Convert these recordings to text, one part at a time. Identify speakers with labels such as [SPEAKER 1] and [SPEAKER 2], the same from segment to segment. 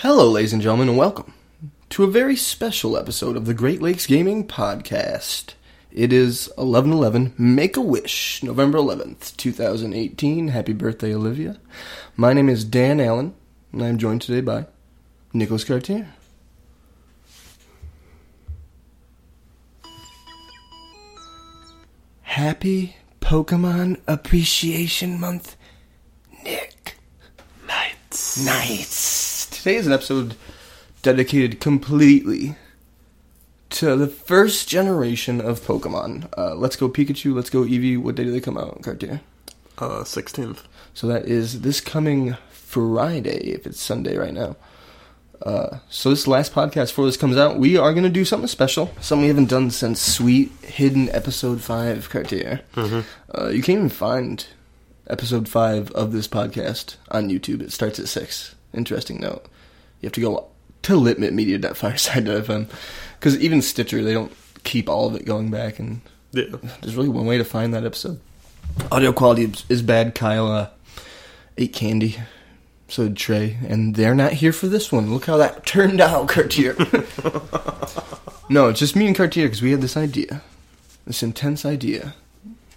[SPEAKER 1] Hello, ladies and gentlemen, and welcome to a very special episode of the Great Lakes Gaming Podcast. It is 1111 Make a Wish, November 11th, 2018. Happy birthday, Olivia. My name is Dan Allen, and I'm joined today by Nicholas Cartier. Happy Pokemon Appreciation Month, Nick. Nights. Nights. Today is an episode dedicated completely to the first generation of Pokemon. Uh, let's go Pikachu, let's go Eevee. What day do they come out, Cartier?
[SPEAKER 2] Uh, 16th.
[SPEAKER 1] So that is this coming Friday, if it's Sunday right now. Uh, so this last podcast before this comes out, we are going to do something special, something we haven't done since Sweet Hidden Episode Five, Cartier. Uh, you can't even find Episode Five of this podcast on YouTube. It starts at six. Interesting note: you have to go to litmitmedia.fireside.fm because even Stitcher they don't keep all of it going back and
[SPEAKER 2] Yeah.
[SPEAKER 1] there's really one way to find that episode. Audio quality is- is bad. Kyle uh, ate candy, so did Trey, and they're not here for this one. Look how that turned out, Cartier. no, it's just me and Cartier because we had this idea, this intense idea,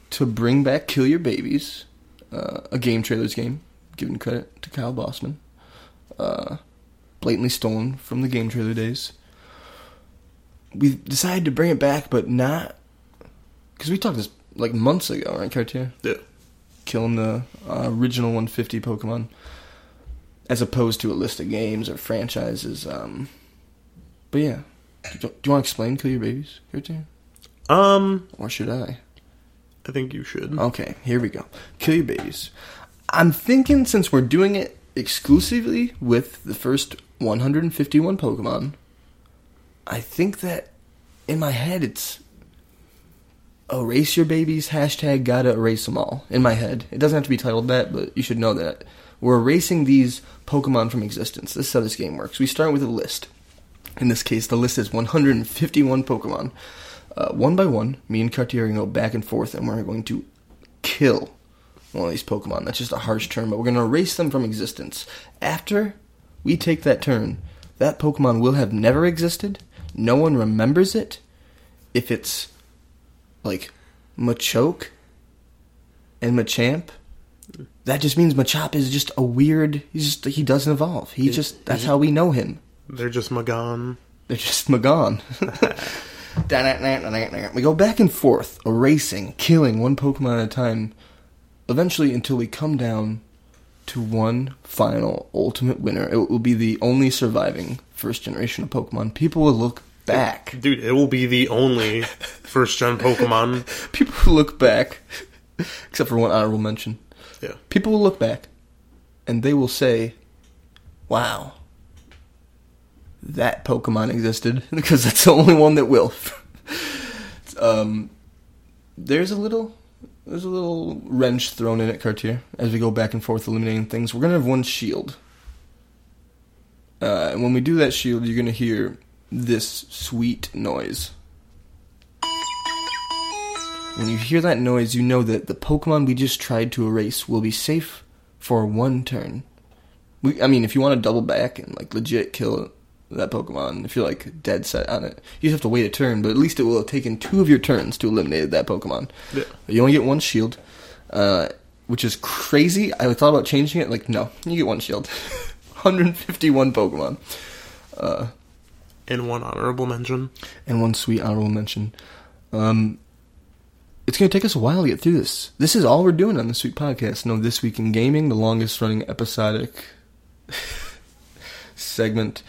[SPEAKER 1] to bring back Kill Your Babies, uh, a game trailers game, giving credit to Kyle Bossman, uh, blatantly stolen from the game trailer days. We decided to bring it back, but not because we talked this like months ago, right, Cartier?
[SPEAKER 2] Yeah.
[SPEAKER 1] Killing the uh, original 150 Pokemon, as opposed to a list of games or franchises. Um, but yeah, do, do you want to explain Kill Your Babies, Cartier,
[SPEAKER 2] Um,
[SPEAKER 1] or should I?
[SPEAKER 2] I think you should.
[SPEAKER 1] Okay, here we go. Kill Your Babies. I'm thinking since we're doing it exclusively with the first 151 Pokemon, I think that in my head it's erase your babies, hashtag gotta erase them all. In my head. It doesn't have to be titled that, but you should know that. We're erasing these Pokemon from existence. This is how this game works. We start with a list. In this case, the list is 151 Pokemon. Uh, one by one, me and Cartier are going to go back and forth, and we're going to kill one of these Pokemon. That's just a harsh term, but we're going to erase them from existence. After we take that turn, that Pokemon will have never existed. No one remembers it. If it's like Machoke and Machamp, that just means Machop is just a weird. He's just he doesn't evolve. He just that's how we know him.
[SPEAKER 2] They're just Magan.
[SPEAKER 1] They're just Magon. we go back and forth, erasing, killing one Pokemon at a time, eventually until we come down to one final ultimate winner. It will be the only surviving first generation of Pokemon. People will look back.
[SPEAKER 2] Dude, it will be the only first gen Pokemon.
[SPEAKER 1] People will look back, except for one honorable mention.
[SPEAKER 2] Yeah.
[SPEAKER 1] People will look back and they will say, wow, that Pokemon existed because that's the only one that will. um, there's a little. There's a little wrench thrown in at Cartier as we go back and forth eliminating things. We're gonna have one shield, uh, and when we do that shield, you're gonna hear this sweet noise. When you hear that noise, you know that the Pokemon we just tried to erase will be safe for one turn. We, I mean, if you want to double back and like legit kill that Pokemon, if you're like dead set on it, you just have to wait a turn. But at least it will have taken two of your turns to eliminate that Pokemon.
[SPEAKER 2] Yeah.
[SPEAKER 1] You only get one shield, uh, which is crazy. I thought about changing it. Like, no, you get one shield. 151 Pokemon. Uh,
[SPEAKER 2] And one honorable mention.
[SPEAKER 1] and one sweet honorable mention. Um, it's going to take us a while to get through this. This is all we're doing on this week podcast. No, this week in gaming, the longest running episodic segment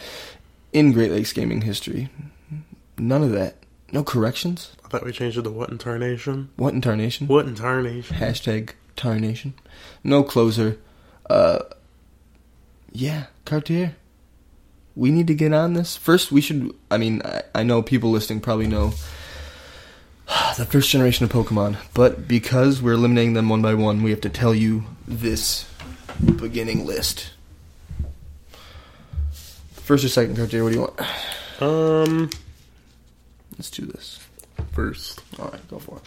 [SPEAKER 1] in Great Lakes gaming history. None of that. No corrections.
[SPEAKER 2] I thought we changed it to what incarnation?
[SPEAKER 1] What in tarnation?
[SPEAKER 2] What incarnation?
[SPEAKER 1] Hashtag tarnation. No closer. Uh, yeah, Cartier. We need to get on this. First, we should. I mean, I, I know people listening probably know the first generation of Pokemon, but because we're eliminating them one by one, we have to tell you this beginning list. First or second, Cartier? What do you want?
[SPEAKER 2] Um,
[SPEAKER 1] Let's do this.
[SPEAKER 2] first.
[SPEAKER 1] All right, go for it.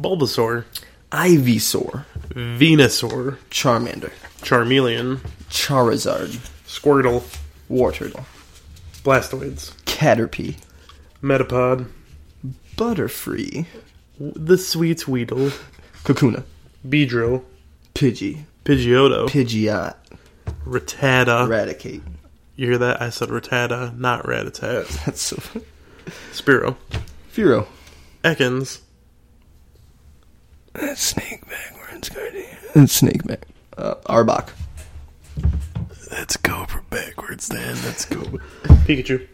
[SPEAKER 2] Bulbasaur.
[SPEAKER 1] Ivysaur,
[SPEAKER 2] Venusaur.
[SPEAKER 1] Charmander,
[SPEAKER 2] Charmeleon.
[SPEAKER 1] Charizard,
[SPEAKER 2] Squirtle.
[SPEAKER 1] War Turtle,
[SPEAKER 2] Blastoids,
[SPEAKER 1] Caterpie,
[SPEAKER 2] Metapod,
[SPEAKER 1] Butterfree,
[SPEAKER 2] w- the Sweets Weedle,
[SPEAKER 1] Kakuna,
[SPEAKER 2] Beedrill,
[SPEAKER 1] Pidgey,
[SPEAKER 2] Pidgeotto,
[SPEAKER 1] Pidgeot,
[SPEAKER 2] Rattata.
[SPEAKER 1] Raticate.
[SPEAKER 2] you hear that? I said Rattata, not Ratatat.
[SPEAKER 1] That's so funny.
[SPEAKER 2] Spiro,
[SPEAKER 1] Firo.
[SPEAKER 2] Ekans,
[SPEAKER 1] That's snake backwards, Cardi. That's snake back. Uh, Arbok.
[SPEAKER 2] Let's go for backwards then. Let's go. Pikachu.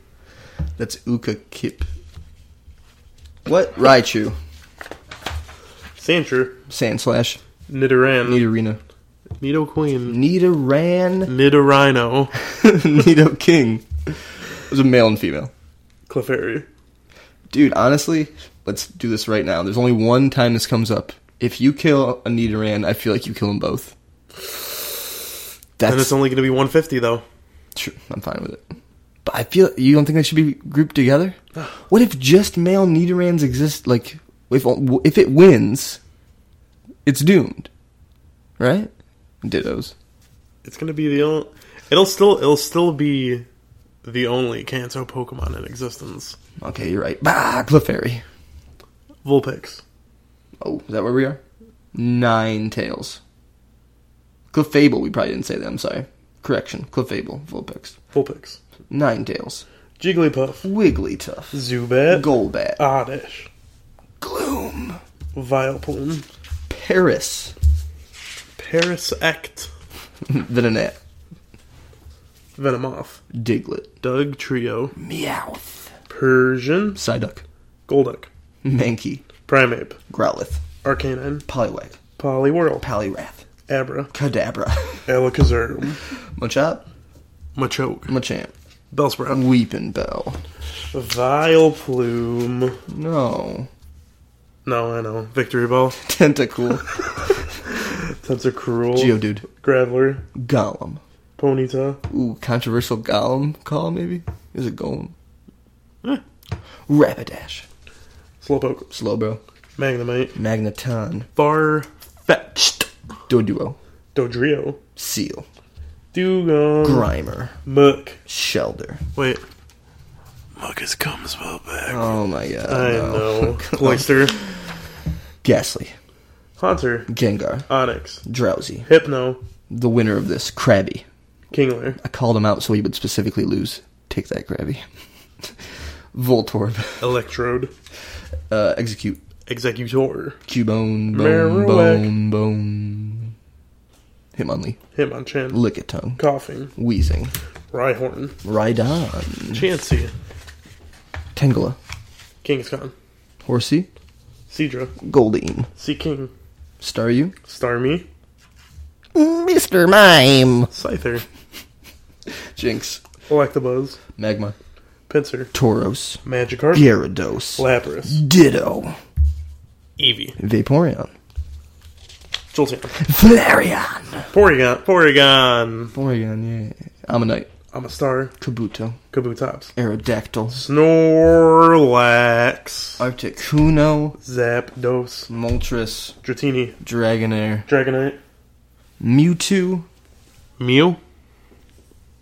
[SPEAKER 1] That's Uka Kip. What? Raichu.
[SPEAKER 2] Sandshrew.
[SPEAKER 1] Sand Slash.
[SPEAKER 2] Nidoran.
[SPEAKER 1] Nidorina.
[SPEAKER 2] Nido Queen.
[SPEAKER 1] Nidoran.
[SPEAKER 2] Nidorino.
[SPEAKER 1] Nido King. It was a male and female.
[SPEAKER 2] Clefairy.
[SPEAKER 1] Dude, honestly, let's do this right now. There's only one time this comes up. If you kill a Nidoran, I feel like you kill them both.
[SPEAKER 2] and it's
[SPEAKER 1] That's
[SPEAKER 2] only going to be 150 though.
[SPEAKER 1] true. I'm fine with it. But I feel you don't think they should be grouped together. What if just male Nidorans exist? Like, if if it wins, it's doomed, right? Dittos.
[SPEAKER 2] It's going to be the only. It'll still. It'll still be the only Kanto Pokemon in existence.
[SPEAKER 1] Okay, you're right. Bah, Clefairy.
[SPEAKER 2] Vulpix.
[SPEAKER 1] Oh, is that where we are? Nine tails. Clefable, we probably didn't say that, I'm sorry. Correction, Clefable, Vulpix.
[SPEAKER 2] Vulpix.
[SPEAKER 1] Nine tails.
[SPEAKER 2] Jigglypuff.
[SPEAKER 1] Wigglytuff.
[SPEAKER 2] Zubat. Uh,
[SPEAKER 1] Golbat.
[SPEAKER 2] Oddish.
[SPEAKER 1] Gloom.
[SPEAKER 2] Vileplume.
[SPEAKER 1] Paris.
[SPEAKER 2] Parasect.
[SPEAKER 1] Venonat.
[SPEAKER 2] Venomoth.
[SPEAKER 1] Diglett.
[SPEAKER 2] Doug Trio.
[SPEAKER 1] Meowth.
[SPEAKER 2] Persian.
[SPEAKER 1] Psyduck.
[SPEAKER 2] Golduck.
[SPEAKER 1] Mankey.
[SPEAKER 2] Primeape.
[SPEAKER 1] Growlithe.
[SPEAKER 2] Arcanine.
[SPEAKER 1] Poliwag.
[SPEAKER 2] Poliwhirl.
[SPEAKER 1] Pallyrath.
[SPEAKER 2] Abra.
[SPEAKER 1] Kadabra.
[SPEAKER 2] Alakazam.
[SPEAKER 1] Machop.
[SPEAKER 2] Machoke.
[SPEAKER 1] Machamp.
[SPEAKER 2] Bellsprout.
[SPEAKER 1] Weeping Bell.
[SPEAKER 2] Vileplume.
[SPEAKER 1] No.
[SPEAKER 2] No, I know. Victory Ball.
[SPEAKER 1] Tentacool.
[SPEAKER 2] Tentacruel.
[SPEAKER 1] Geodude.
[SPEAKER 2] Graveler.
[SPEAKER 1] Gollum.
[SPEAKER 2] Ponyta.
[SPEAKER 1] Ooh, controversial golem call maybe? Is it golem?
[SPEAKER 2] Eh.
[SPEAKER 1] Rapidash.
[SPEAKER 2] Slowpoke.
[SPEAKER 1] Slowbro.
[SPEAKER 2] Magnemite.
[SPEAKER 1] Magneton.
[SPEAKER 2] Farfetched.
[SPEAKER 1] Doduo.
[SPEAKER 2] Dodrio.
[SPEAKER 1] Seal.
[SPEAKER 2] Dugong.
[SPEAKER 1] Grimer.
[SPEAKER 2] Muck.
[SPEAKER 1] Shelder.
[SPEAKER 2] Wait. Muck has come spelled back.
[SPEAKER 1] Oh my god.
[SPEAKER 2] I
[SPEAKER 1] no.
[SPEAKER 2] know. Cloyster.
[SPEAKER 1] Ghastly.
[SPEAKER 2] Haunter.
[SPEAKER 1] Gengar.
[SPEAKER 2] Onyx.
[SPEAKER 1] Drowsy.
[SPEAKER 2] Hypno.
[SPEAKER 1] The winner of this, Krabby.
[SPEAKER 2] Kingler.
[SPEAKER 1] I called him out so he would specifically lose. Take that, Krabby. Voltorb.
[SPEAKER 2] Electrode.
[SPEAKER 1] Uh, execute.
[SPEAKER 2] Executor.
[SPEAKER 1] Cubone. Bone.
[SPEAKER 2] Marowak.
[SPEAKER 1] Bone. Bone. Hitmonlee.
[SPEAKER 2] Hitmonchan.
[SPEAKER 1] Lickitung.
[SPEAKER 2] Coughing.
[SPEAKER 1] Wheezing.
[SPEAKER 2] Rhyhorn.
[SPEAKER 1] Rhydon.
[SPEAKER 2] Chansey.
[SPEAKER 1] Tangela.
[SPEAKER 2] Kingscon.
[SPEAKER 1] Horsey.
[SPEAKER 2] Cedra.
[SPEAKER 1] Goldeen.
[SPEAKER 2] Sea King.
[SPEAKER 1] Staryu.
[SPEAKER 2] Starmie.
[SPEAKER 1] Mr. Mime.
[SPEAKER 2] Scyther.
[SPEAKER 1] Jinx.
[SPEAKER 2] Electabuzz.
[SPEAKER 1] Magma.
[SPEAKER 2] Pinsir.
[SPEAKER 1] Tauros.
[SPEAKER 2] Magikarp.
[SPEAKER 1] Gyarados.
[SPEAKER 2] Lapras.
[SPEAKER 1] Ditto.
[SPEAKER 2] Eevee.
[SPEAKER 1] Vaporeon.
[SPEAKER 2] Jolteon.
[SPEAKER 1] Flareon.
[SPEAKER 2] Porygon. Porygon.
[SPEAKER 1] Porygon, yeah. Ammonite.
[SPEAKER 2] I'm a star.
[SPEAKER 1] Kabuto.
[SPEAKER 2] Kabutops.
[SPEAKER 1] Aerodactyl.
[SPEAKER 2] Snorlax.
[SPEAKER 1] Articuno.
[SPEAKER 2] Zapdos.
[SPEAKER 1] Moltres.
[SPEAKER 2] Dratini.
[SPEAKER 1] Dragonair.
[SPEAKER 2] Dragonite.
[SPEAKER 1] Mewtwo.
[SPEAKER 2] Mew.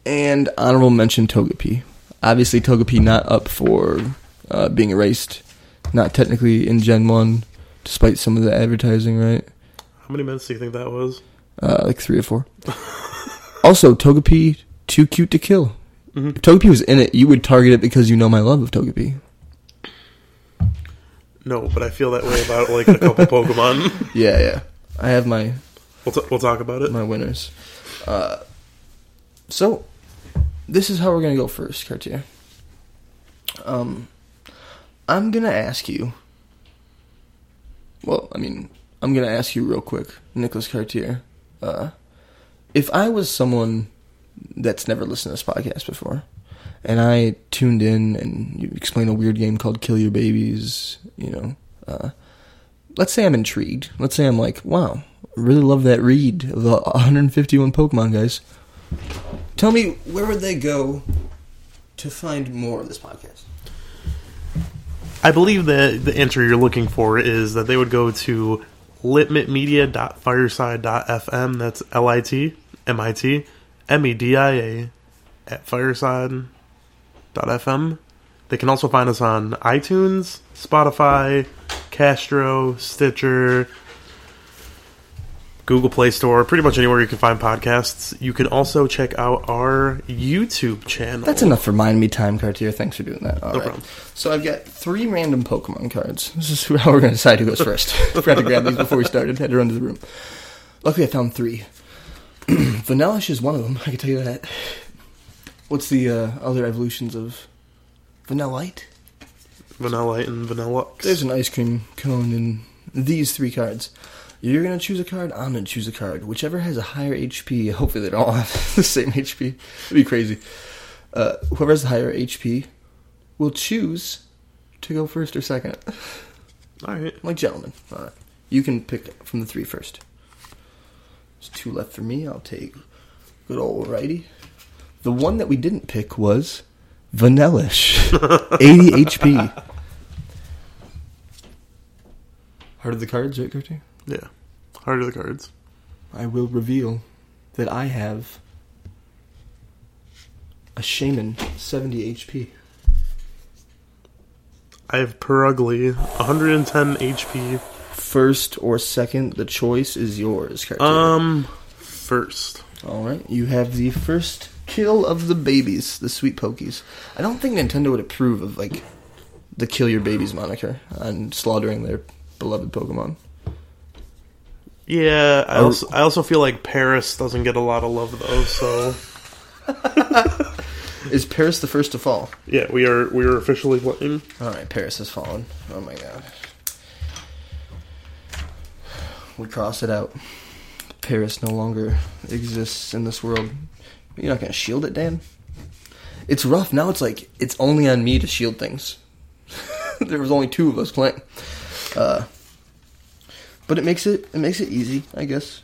[SPEAKER 1] And honorable mention Togepi. Obviously, Togepi not up for uh, being erased. Not technically in Gen 1, despite some of the advertising, right?
[SPEAKER 2] How many minutes do you think that was?
[SPEAKER 1] Uh, like three or four. also, Togepi, too cute to kill.
[SPEAKER 2] Mhm.
[SPEAKER 1] If Togepi was in it, you would target it because you know my love of Togepi.
[SPEAKER 2] No, but I feel that way about like a couple Pokemon.
[SPEAKER 1] Yeah, yeah. I have my
[SPEAKER 2] We'll, t- we'll talk about it.
[SPEAKER 1] my winners. Uh, so, this is how we're gonna go first, Cartier. Um, I'm gonna ask you. Well, I mean, I'm gonna ask you real quick, Nicholas Cartier. Uh, if I was someone that's never listened to this podcast before, and I tuned in and you explained a weird game called Kill Your Babies, you know, uh, let's say I'm intrigued. Let's say I'm like, wow, I really love that read of the 151 Pokemon guys. Tell me, where would they go to find more of this podcast?
[SPEAKER 2] I believe that the answer you're looking for is that they would go to litmitmedia.fireside.fm. That's L I T M I T M E D I A at fireside.fm. They can also find us on iTunes, Spotify, Castro, Stitcher, Google Play Store, pretty much anywhere you can find podcasts. You can also check out our YouTube channel.
[SPEAKER 1] That's enough for Mind Me Time, Cartier. Thanks for doing that. All right.
[SPEAKER 2] problem.
[SPEAKER 1] So I've got three random Pokemon cards. This is who- how we're going to decide who goes first. Forgot to grab these before we started. Had to run to the room. Luckily, I found three. Vanellish is one of them. I can tell you that. What's the uh, other evolutions of Vanellite?
[SPEAKER 2] Vanilla and Vanillux.
[SPEAKER 1] There's an ice cream cone in these three cards. You're gonna choose a card. I'm gonna choose a card. Whichever has a higher HP. Hopefully they don't all have the same HP. It'd be crazy. Uh, whoever has the higher HP will choose to go first or second.
[SPEAKER 2] All right.
[SPEAKER 1] Like gentlemen. All right. You can pick from the three first. There's two left for me. I'll take good old righty. The one that we didn't pick was Vanellish, 80 HP. Heart of the cards, right, Gertie?
[SPEAKER 2] Yeah. Heart of the cards.
[SPEAKER 1] I will reveal that I have a Shaman, 70 HP.
[SPEAKER 2] I have Perugly, 110 HP.
[SPEAKER 1] First or second, the choice is yours, Cartier.
[SPEAKER 2] Um, first.
[SPEAKER 1] All right, you have the first kill of the babies, the sweet pokies. I don't think Nintendo would approve of like the kill your babies moniker and slaughtering their beloved Pokemon.
[SPEAKER 2] Yeah, I
[SPEAKER 1] Or-
[SPEAKER 2] also, I also feel like Paris doesn't get a lot of love though. So
[SPEAKER 1] Is Paris the first to fall?
[SPEAKER 2] yeah, we are we are officially playing.
[SPEAKER 1] All right, Paris has fallen. Oh my god. We cross it out. Paris no longer exists in this world. You're not gonna shield it, Dan? It's rough. Now it's like it's only on me to shield things. there was only two of us playing. Uh, but it makes it it makes it easy, I guess.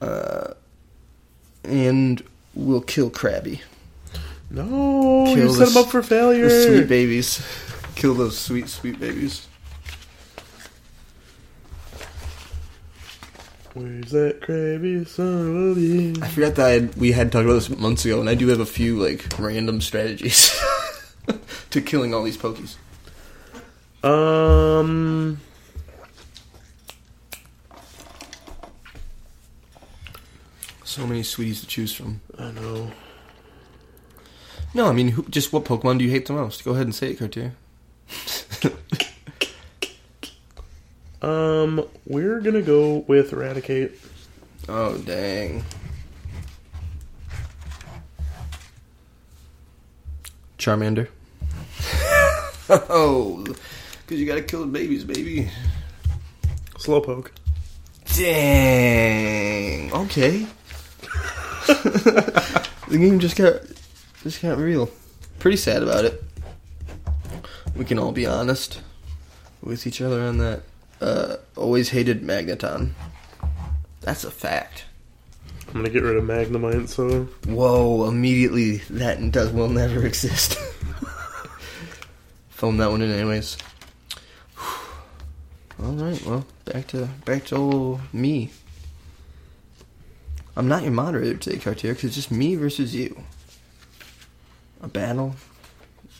[SPEAKER 1] Uh, and we'll kill Krabby.
[SPEAKER 2] No,
[SPEAKER 1] Kill
[SPEAKER 2] you set
[SPEAKER 1] this-
[SPEAKER 2] him up for failure.
[SPEAKER 1] Those sweet babies. Kill those sweet, sweet babies.
[SPEAKER 2] Where's that crabby son of a-
[SPEAKER 1] I forgot that I had, we had talked about this months ago, and I do have a few like random strategies to killing all these pokies.
[SPEAKER 2] Um.
[SPEAKER 1] So many sweeties to choose from.
[SPEAKER 2] I know.
[SPEAKER 1] No, I mean, who, just what Pokemon do you hate the most? Go ahead and say it, Cartier.
[SPEAKER 2] Um, we're gonna go with Eradicate.
[SPEAKER 1] Oh dang. Charmander. oh, because you gotta kill the babies, baby.
[SPEAKER 2] Slowpoke.
[SPEAKER 1] Dang. Okay. the game just got just got real. Pretty sad about it. We can all be honest with each other on that. Uh, always hated Magneton. That's a fact.
[SPEAKER 2] I'm gonna get rid of Magnemite. So
[SPEAKER 1] Whoa! Immediately, that does will never exist. Film that one in, anyways. All right, well, back to back to old me. I'm not your moderator today, Cartier, because it's just me versus you. A battle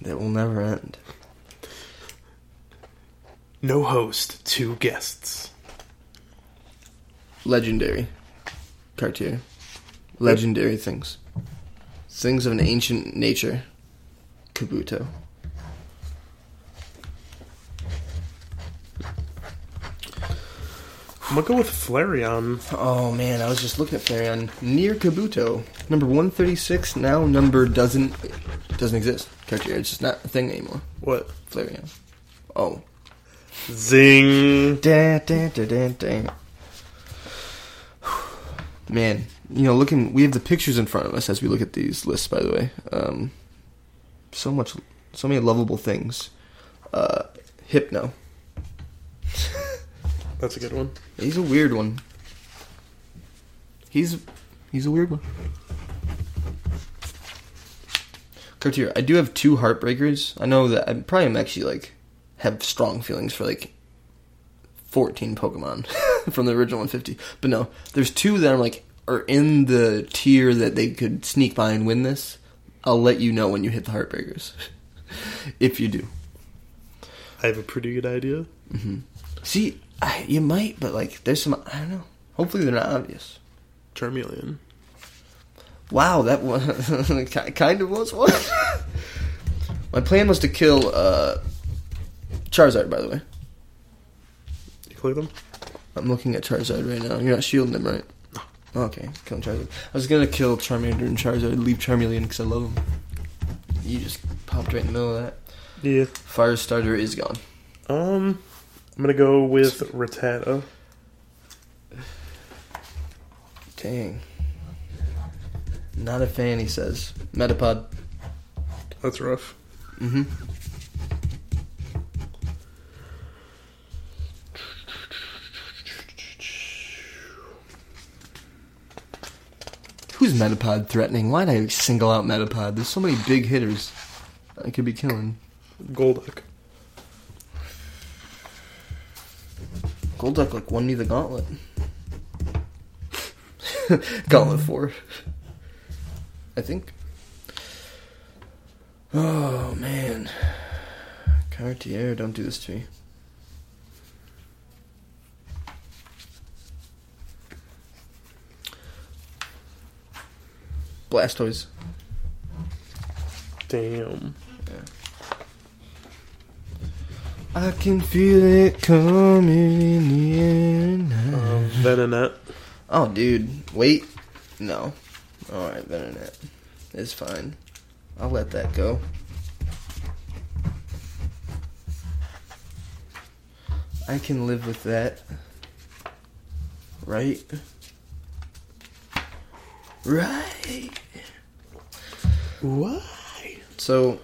[SPEAKER 1] that will never end.
[SPEAKER 2] no host, two guests.
[SPEAKER 1] Legendary, Cartier. Legendary things. Things of an ancient nature. Kabuto.
[SPEAKER 2] I'm gonna go with Flareon.
[SPEAKER 1] Oh man, I was just looking at Flareon near Kabuto, number one thirty six. Now number doesn't doesn't exist. Character, it's just not a thing anymore.
[SPEAKER 2] What?
[SPEAKER 1] Flareon. Oh,
[SPEAKER 2] Zing.
[SPEAKER 1] da, da, da, da, da. man, you know, looking we have the pictures in front of us as we look at these lists. By the way, um, so much, so many lovable things. Uh, Hypno.
[SPEAKER 2] That's a good one.
[SPEAKER 1] He's a weird one. He's he's a weird one. Cartier, I do have two heartbreakers. I know that I probably am actually like have strong feelings for like fourteen Pokemon from the original one fifty. But no, there's two that I'm like are in the tier that they could sneak by and win this. I'll let you know when you hit the Heartbreakers. if you do. Mm-hmm.
[SPEAKER 2] I have a pretty good idea.
[SPEAKER 1] See, I, you might, but like, there's some. I don't know. Hopefully, they're not obvious.
[SPEAKER 2] Charmeleon.
[SPEAKER 1] Wow, that was ki- kind of was one. My plan was to kill uh, Charizard. By the way,
[SPEAKER 2] You click them?
[SPEAKER 1] I'm looking at Charizard right now. You're not shielding him, right? Okay, killing Charizard. I was gonna kill Charmander and Charizard, leave Charmeleon because I love him. You just popped right in the middle of that.
[SPEAKER 2] Yeah.
[SPEAKER 1] Firestarter is gone.
[SPEAKER 2] Um, I'm gonna go with Rattata.
[SPEAKER 1] Dang. Not a fan, he says. Metapod.
[SPEAKER 2] That's rough.
[SPEAKER 1] Mm-hmm. Who's Metapod threatening? Why'd I single out Metapod? There's so many big hitters I could be killing.
[SPEAKER 2] Golduck.
[SPEAKER 1] Golduck like won me the gauntlet. gauntlet four. I think. Oh man. Cartier, don't do this to me. Blastoise.
[SPEAKER 2] Damn.
[SPEAKER 1] I can feel it coming in the air now.
[SPEAKER 2] Um, Venonat.
[SPEAKER 1] Oh, dude. Wait. No. Alright, Venonat. It's fine. I'll let that go. I can live with that. Right? Right!
[SPEAKER 2] What?
[SPEAKER 1] So,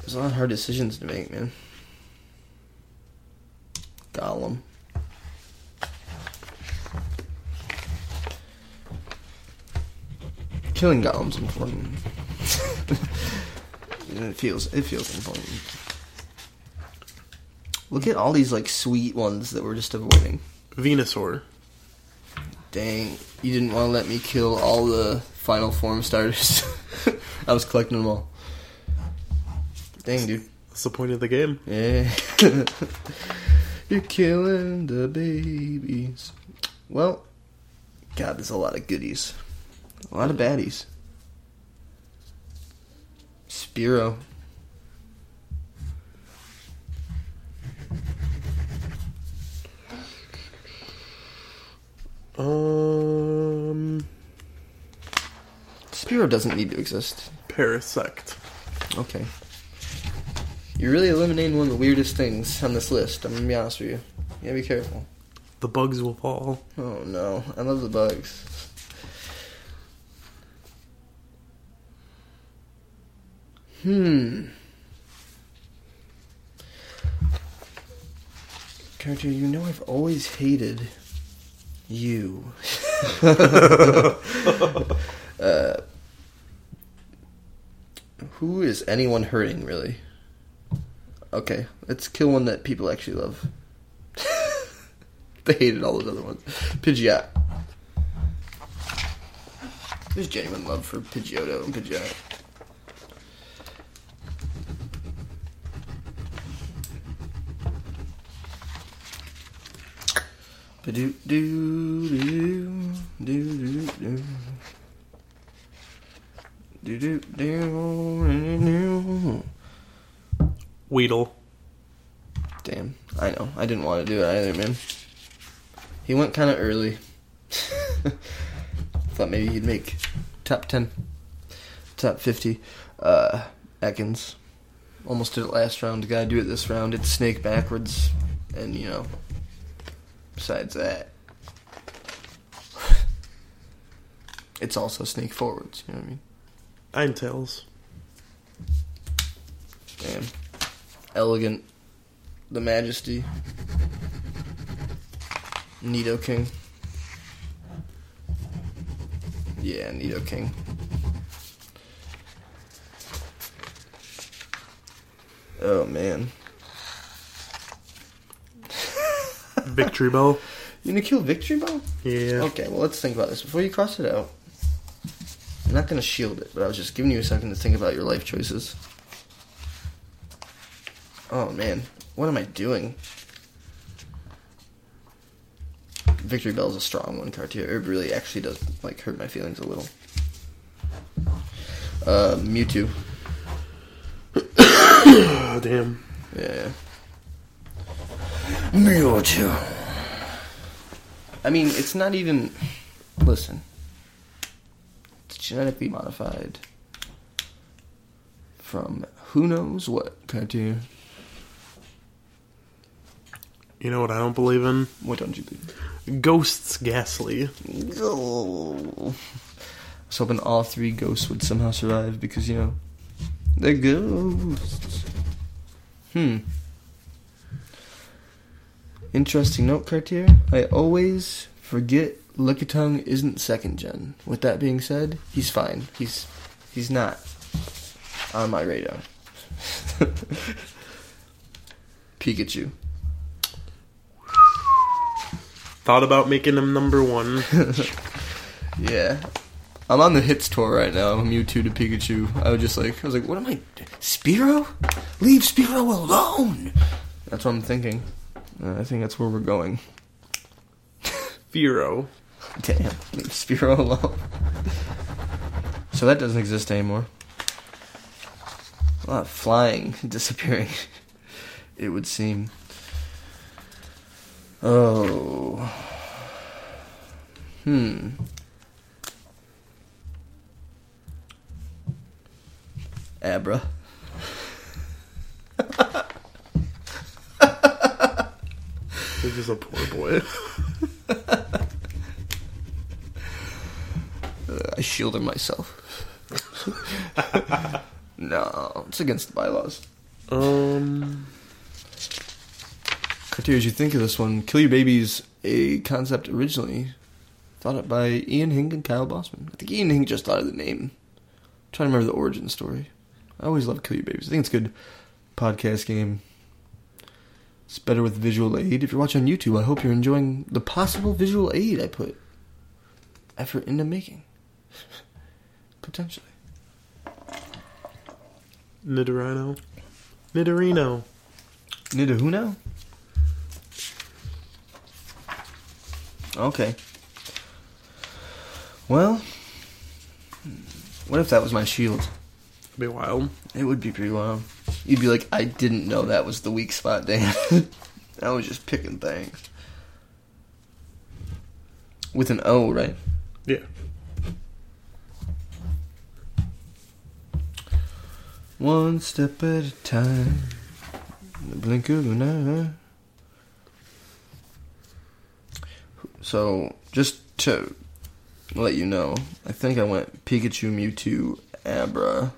[SPEAKER 1] there's a lot of hard decisions to make, man. Gollum. Killing Gollum's important. it feels it feels important. Look at all these like sweet ones that we're just avoiding.
[SPEAKER 2] Venusaur.
[SPEAKER 1] Dang, you didn't want to let me kill all the final form starters. I was collecting them all. Dang, dude.
[SPEAKER 2] That's the point of the game.
[SPEAKER 1] Yeah. You're killing the babies. Well, God, there's a lot of goodies. A lot of baddies. Spiro.
[SPEAKER 2] Um,
[SPEAKER 1] Spiro doesn't need to exist.
[SPEAKER 2] Parasect.
[SPEAKER 1] Okay. You're really eliminating one of the weirdest things on this list, I'm gonna be honest with you. You gotta be careful.
[SPEAKER 2] The bugs will fall.
[SPEAKER 1] Oh no, I love the bugs. Hmm. Character, you know I've always hated you. uh, who is anyone hurting, really? Okay, let's kill one that people actually love. They hated all those other ones. Pidgeot. There's genuine love for Pidgeotto and Pidgeot. Do do do do do do do do.
[SPEAKER 2] Weedle.
[SPEAKER 1] Damn, I know. I didn't want to do it either, man. He went kind of early. Thought maybe he'd make top 10, top 50. Uh, Ekins. Almost did it last round. Gotta do it this round. It's snake backwards. And, you know, besides that, it's also snake forwards. You know what I mean?
[SPEAKER 2] Ninetales.
[SPEAKER 1] Damn. Elegant. The Majesty. Nido King. Yeah, Nido King. Oh man.
[SPEAKER 2] Victory Bell.
[SPEAKER 1] You gonna kill Victory Bell?
[SPEAKER 2] Yeah.
[SPEAKER 1] Okay, well let's think about this before you cross it out. I'm not going to shield it, but I was just giving you a second to think about your life choices. Oh man, what am I doing? Victory Bell is a strong one, Cartier. It really actually does like hurt my feelings a little. Uh, Mewtwo.
[SPEAKER 2] Oh damn.
[SPEAKER 1] Yeah. Mewtwo. I mean, it's not even. Listen. It's genetically modified from who knows what, Cartier.
[SPEAKER 2] You know what I don't believe in?
[SPEAKER 1] What don't you believe?
[SPEAKER 2] Ghosts ghastly.
[SPEAKER 1] Oh. I was hoping all three ghosts would somehow survive because, you know, they're ghosts. Hmm. Interesting note, Cartier. I always forget Lickitung isn't second gen. With that being said, he's fine. He's he's not on my radar. Pikachu.
[SPEAKER 2] Thought about making him number one.
[SPEAKER 1] Yeah. I'm on the hits tour right now. I'm Mewtwo to Pikachu. I was just like, I was like, what am I? Spiro? Leave Spiro alone! That's what I'm thinking. Uh, I think that's where we're going.
[SPEAKER 2] Firo.
[SPEAKER 1] Damn, leave Spiro alone. so that doesn't exist anymore. A lot of flying, disappearing, it would seem. Oh. Hmm. Abra.
[SPEAKER 2] This is a poor boy.
[SPEAKER 1] uh, I shielded myself. no, it's against the bylaws.
[SPEAKER 2] Um.
[SPEAKER 1] Cartier, as you think of this one, Kill Your Babies, a concept originally thought up by Ian Hing and Kyle Bossman. I think Ian Hing just thought of the name. I'm trying to remember the origin story. I always love Kill Your Babies. I think it's a good podcast game. It's better with visual aid. If you're watching on YouTube, I hope you're enjoying the possible visual aid I put effort into making. Potentially.
[SPEAKER 2] Nidorino. Nidorino.
[SPEAKER 1] Need a who now? Okay. Well, what if that was my shield?
[SPEAKER 2] Be wild.
[SPEAKER 1] It would be pretty wild. You'd be like, I didn't know that was the weak spot, Dan. I was just picking things. With an O, right?
[SPEAKER 2] Yeah.
[SPEAKER 1] One step at a time. In the blink of an eye. So, just to let you know, I think I went Pikachu, Mewtwo, Abra,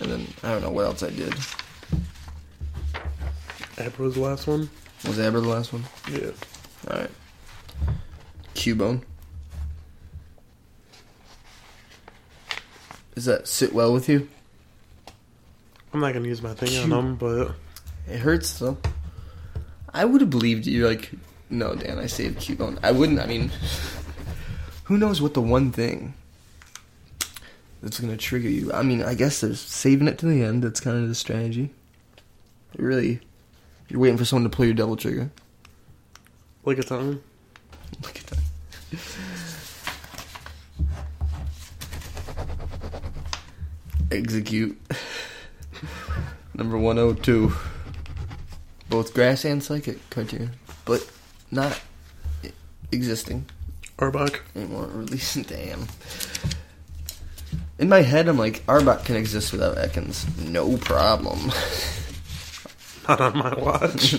[SPEAKER 1] and then I don't know what else I did.
[SPEAKER 2] Abra's the last one.
[SPEAKER 1] Was Abra the last one?
[SPEAKER 2] Yeah.
[SPEAKER 1] Alright. Cubone. Does that sit well with you?
[SPEAKER 2] I'm not gonna use my thing
[SPEAKER 1] Cute.
[SPEAKER 2] on him, but
[SPEAKER 1] It hurts though. I would have believed you. Like, no, Dan, I saved Cubone. I wouldn't. I mean, who knows what the one thing that's gonna trigger you? I mean, I guess there's saving it to the end. That's kind of the strategy. Really, you're waiting for someone to pull your double trigger.
[SPEAKER 2] like it's on.
[SPEAKER 1] Look at that. Execute. Number 102. Both grass and psychic criteria, but not i- existing
[SPEAKER 2] Arbok.
[SPEAKER 1] anymore. Release, damn. In my head, I'm like, Arbok can exist without Ekans. No problem.
[SPEAKER 2] Not on my watch.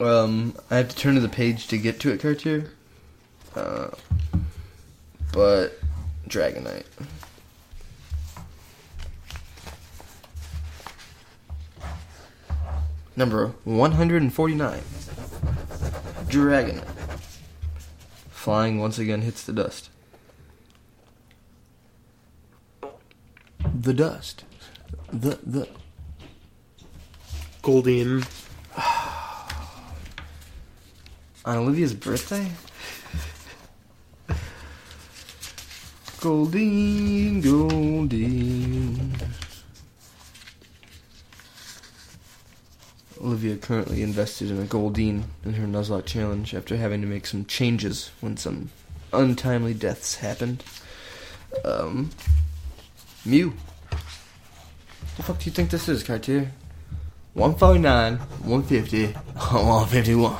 [SPEAKER 1] Um, I have to turn to the page to get to it, Cartier. Uh, but Dragonite. Number 149. Dragonite. Flying once again hits the dust. The dust. The, the,
[SPEAKER 2] Goldeen.
[SPEAKER 1] On Olivia's birthday? Goldeen, Goldeen. Olivia currently invested in a Goldeen in her Nuzlocke challenge after having to make some changes when some untimely deaths happened. Um, Mew. The fuck do you think this is, Cartier? 149, 150, 151.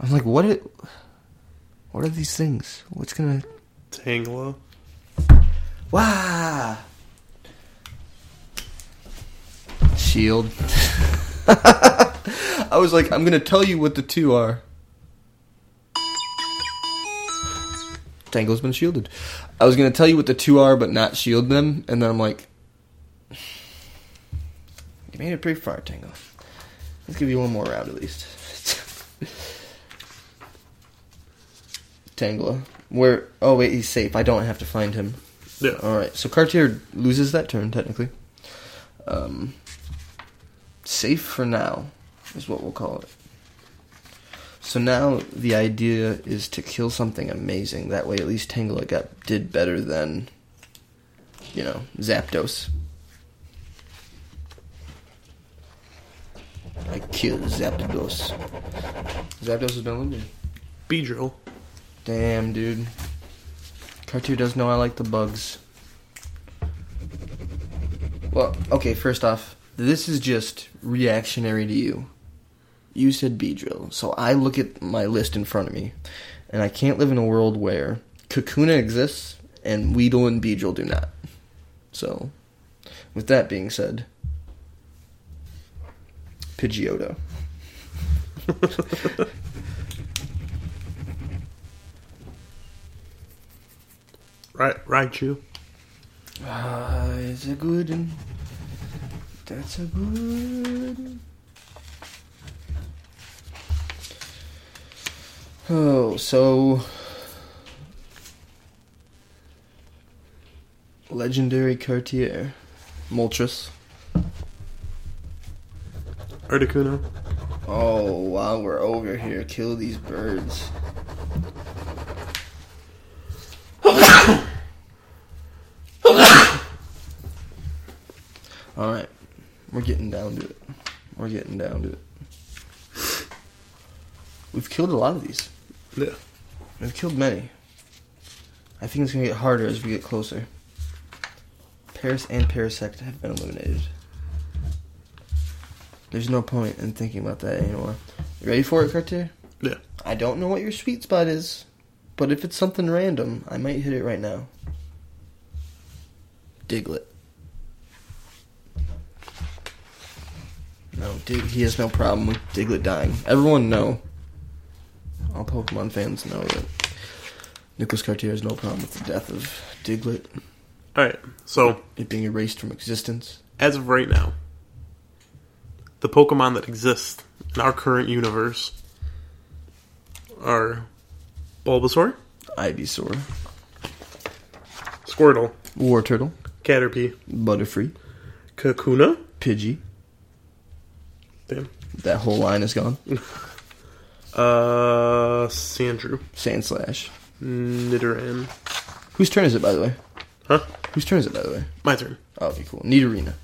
[SPEAKER 1] I'm like, what? It, what are these things? What's gonna?
[SPEAKER 2] Tangela.
[SPEAKER 1] Wow. Shield. I was like, I'm gonna tell you what the two are. Tangle's been shielded. I was gonna tell you what the two are, but not shield them, and then I'm like, you made it pretty far, Tangle. Let's give you one more round at least. Tangler. Where? Oh wait, he's safe. I don't have to find him.
[SPEAKER 2] Yeah.
[SPEAKER 1] All right. So Cartier loses that turn technically. Um, safe for now is what we'll call it. So now the idea is to kill something amazing. That way, at least Tangela got did better than, you know, Zapdos. I killed Zapdos. Zapdos has been limited.
[SPEAKER 2] Beedrill.
[SPEAKER 1] Damn, dude. Cartier does know I like the bugs. Well, okay, first off, this is just reactionary to you. You said Beedrill, so I look at my list in front of me, and I can't live in a world where Kakuna exists and Weedle and Beedrill do not. So, with that being said, Pidgeotto.
[SPEAKER 2] Right, Raichu.
[SPEAKER 1] Ah, it's a good one. That's a good one. Oh, so. Legendary Cartier. Moltres.
[SPEAKER 2] Articuno.
[SPEAKER 1] Oh, while we're over here, kill these birds. Alright, we're getting down to it. We're getting down to it. We've killed a lot of these.
[SPEAKER 2] Yeah.
[SPEAKER 1] We've killed many. I think it's gonna get harder as we get closer. Paris and Parasect have been eliminated. There's no point in thinking about that anymore. You ready for it, Cartier?
[SPEAKER 2] Yeah.
[SPEAKER 1] I don't know what your sweet spot is, but if it's something random, I might hit it right now. Diglett. No, Dig- he has no problem with Diglett dying. Everyone know. All Pokemon fans know that Nicholas Cartier has no problem with the death of Diglett,
[SPEAKER 2] All right. So
[SPEAKER 1] it being erased from existence.
[SPEAKER 2] as of right now, the Pokemon that exist in our current universe are Bulbasaur,
[SPEAKER 1] Ivysaur,
[SPEAKER 2] Squirtle,
[SPEAKER 1] War Turtle,
[SPEAKER 2] Caterpie,
[SPEAKER 1] Butterfree,
[SPEAKER 2] Kakuna.
[SPEAKER 1] Pidgey.
[SPEAKER 2] Damn.
[SPEAKER 1] That whole line is gone.
[SPEAKER 2] Uh, Sandrew,
[SPEAKER 1] Sandslash.
[SPEAKER 2] Nidoran.
[SPEAKER 1] Whose turn is it, by the way?
[SPEAKER 2] Huh?
[SPEAKER 1] Whose turn is it, by the way?
[SPEAKER 2] My turn.
[SPEAKER 1] Oh, okay, cool. Nidorina.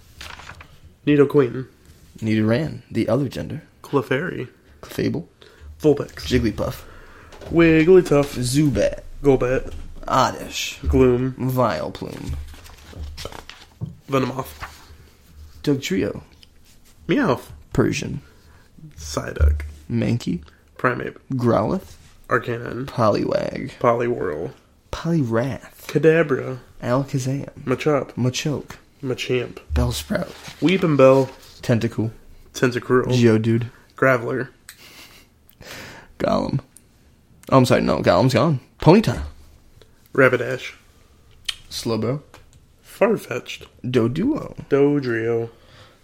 [SPEAKER 2] Nidoqueen,
[SPEAKER 1] Nidoran, the other gender.
[SPEAKER 2] Clefairy,
[SPEAKER 1] Clefable.
[SPEAKER 2] Vulpix,
[SPEAKER 1] Jigglypuff.
[SPEAKER 2] Wigglytuff,
[SPEAKER 1] Zubat.
[SPEAKER 2] Golbat,
[SPEAKER 1] Oddish.
[SPEAKER 2] Gloom,
[SPEAKER 1] Vileplume.
[SPEAKER 2] Venomoth,
[SPEAKER 1] Dugtrio.
[SPEAKER 2] Meowth,
[SPEAKER 1] Persian.
[SPEAKER 2] Psyduck,
[SPEAKER 1] Mankey.
[SPEAKER 2] Primate,
[SPEAKER 1] Growlithe.
[SPEAKER 2] Arcanine,
[SPEAKER 1] Poliwag.
[SPEAKER 2] Poliwhirl,
[SPEAKER 1] Poliwrath.
[SPEAKER 2] Kadabra,
[SPEAKER 1] Alakazam.
[SPEAKER 2] Machop,
[SPEAKER 1] Machoke.
[SPEAKER 2] Machamp,
[SPEAKER 1] Bellsprout.
[SPEAKER 2] Weeping Bell,
[SPEAKER 1] Tentacle.
[SPEAKER 2] Tentacruel,
[SPEAKER 1] Geodude.
[SPEAKER 2] Graveler,
[SPEAKER 1] Gollum. Oh, I'm sorry, no. Gollum's gone. Ponyta.
[SPEAKER 2] Rapidash,
[SPEAKER 1] Slowbro.
[SPEAKER 2] Farfetch'd,
[SPEAKER 1] Doduo.
[SPEAKER 2] Dodrio,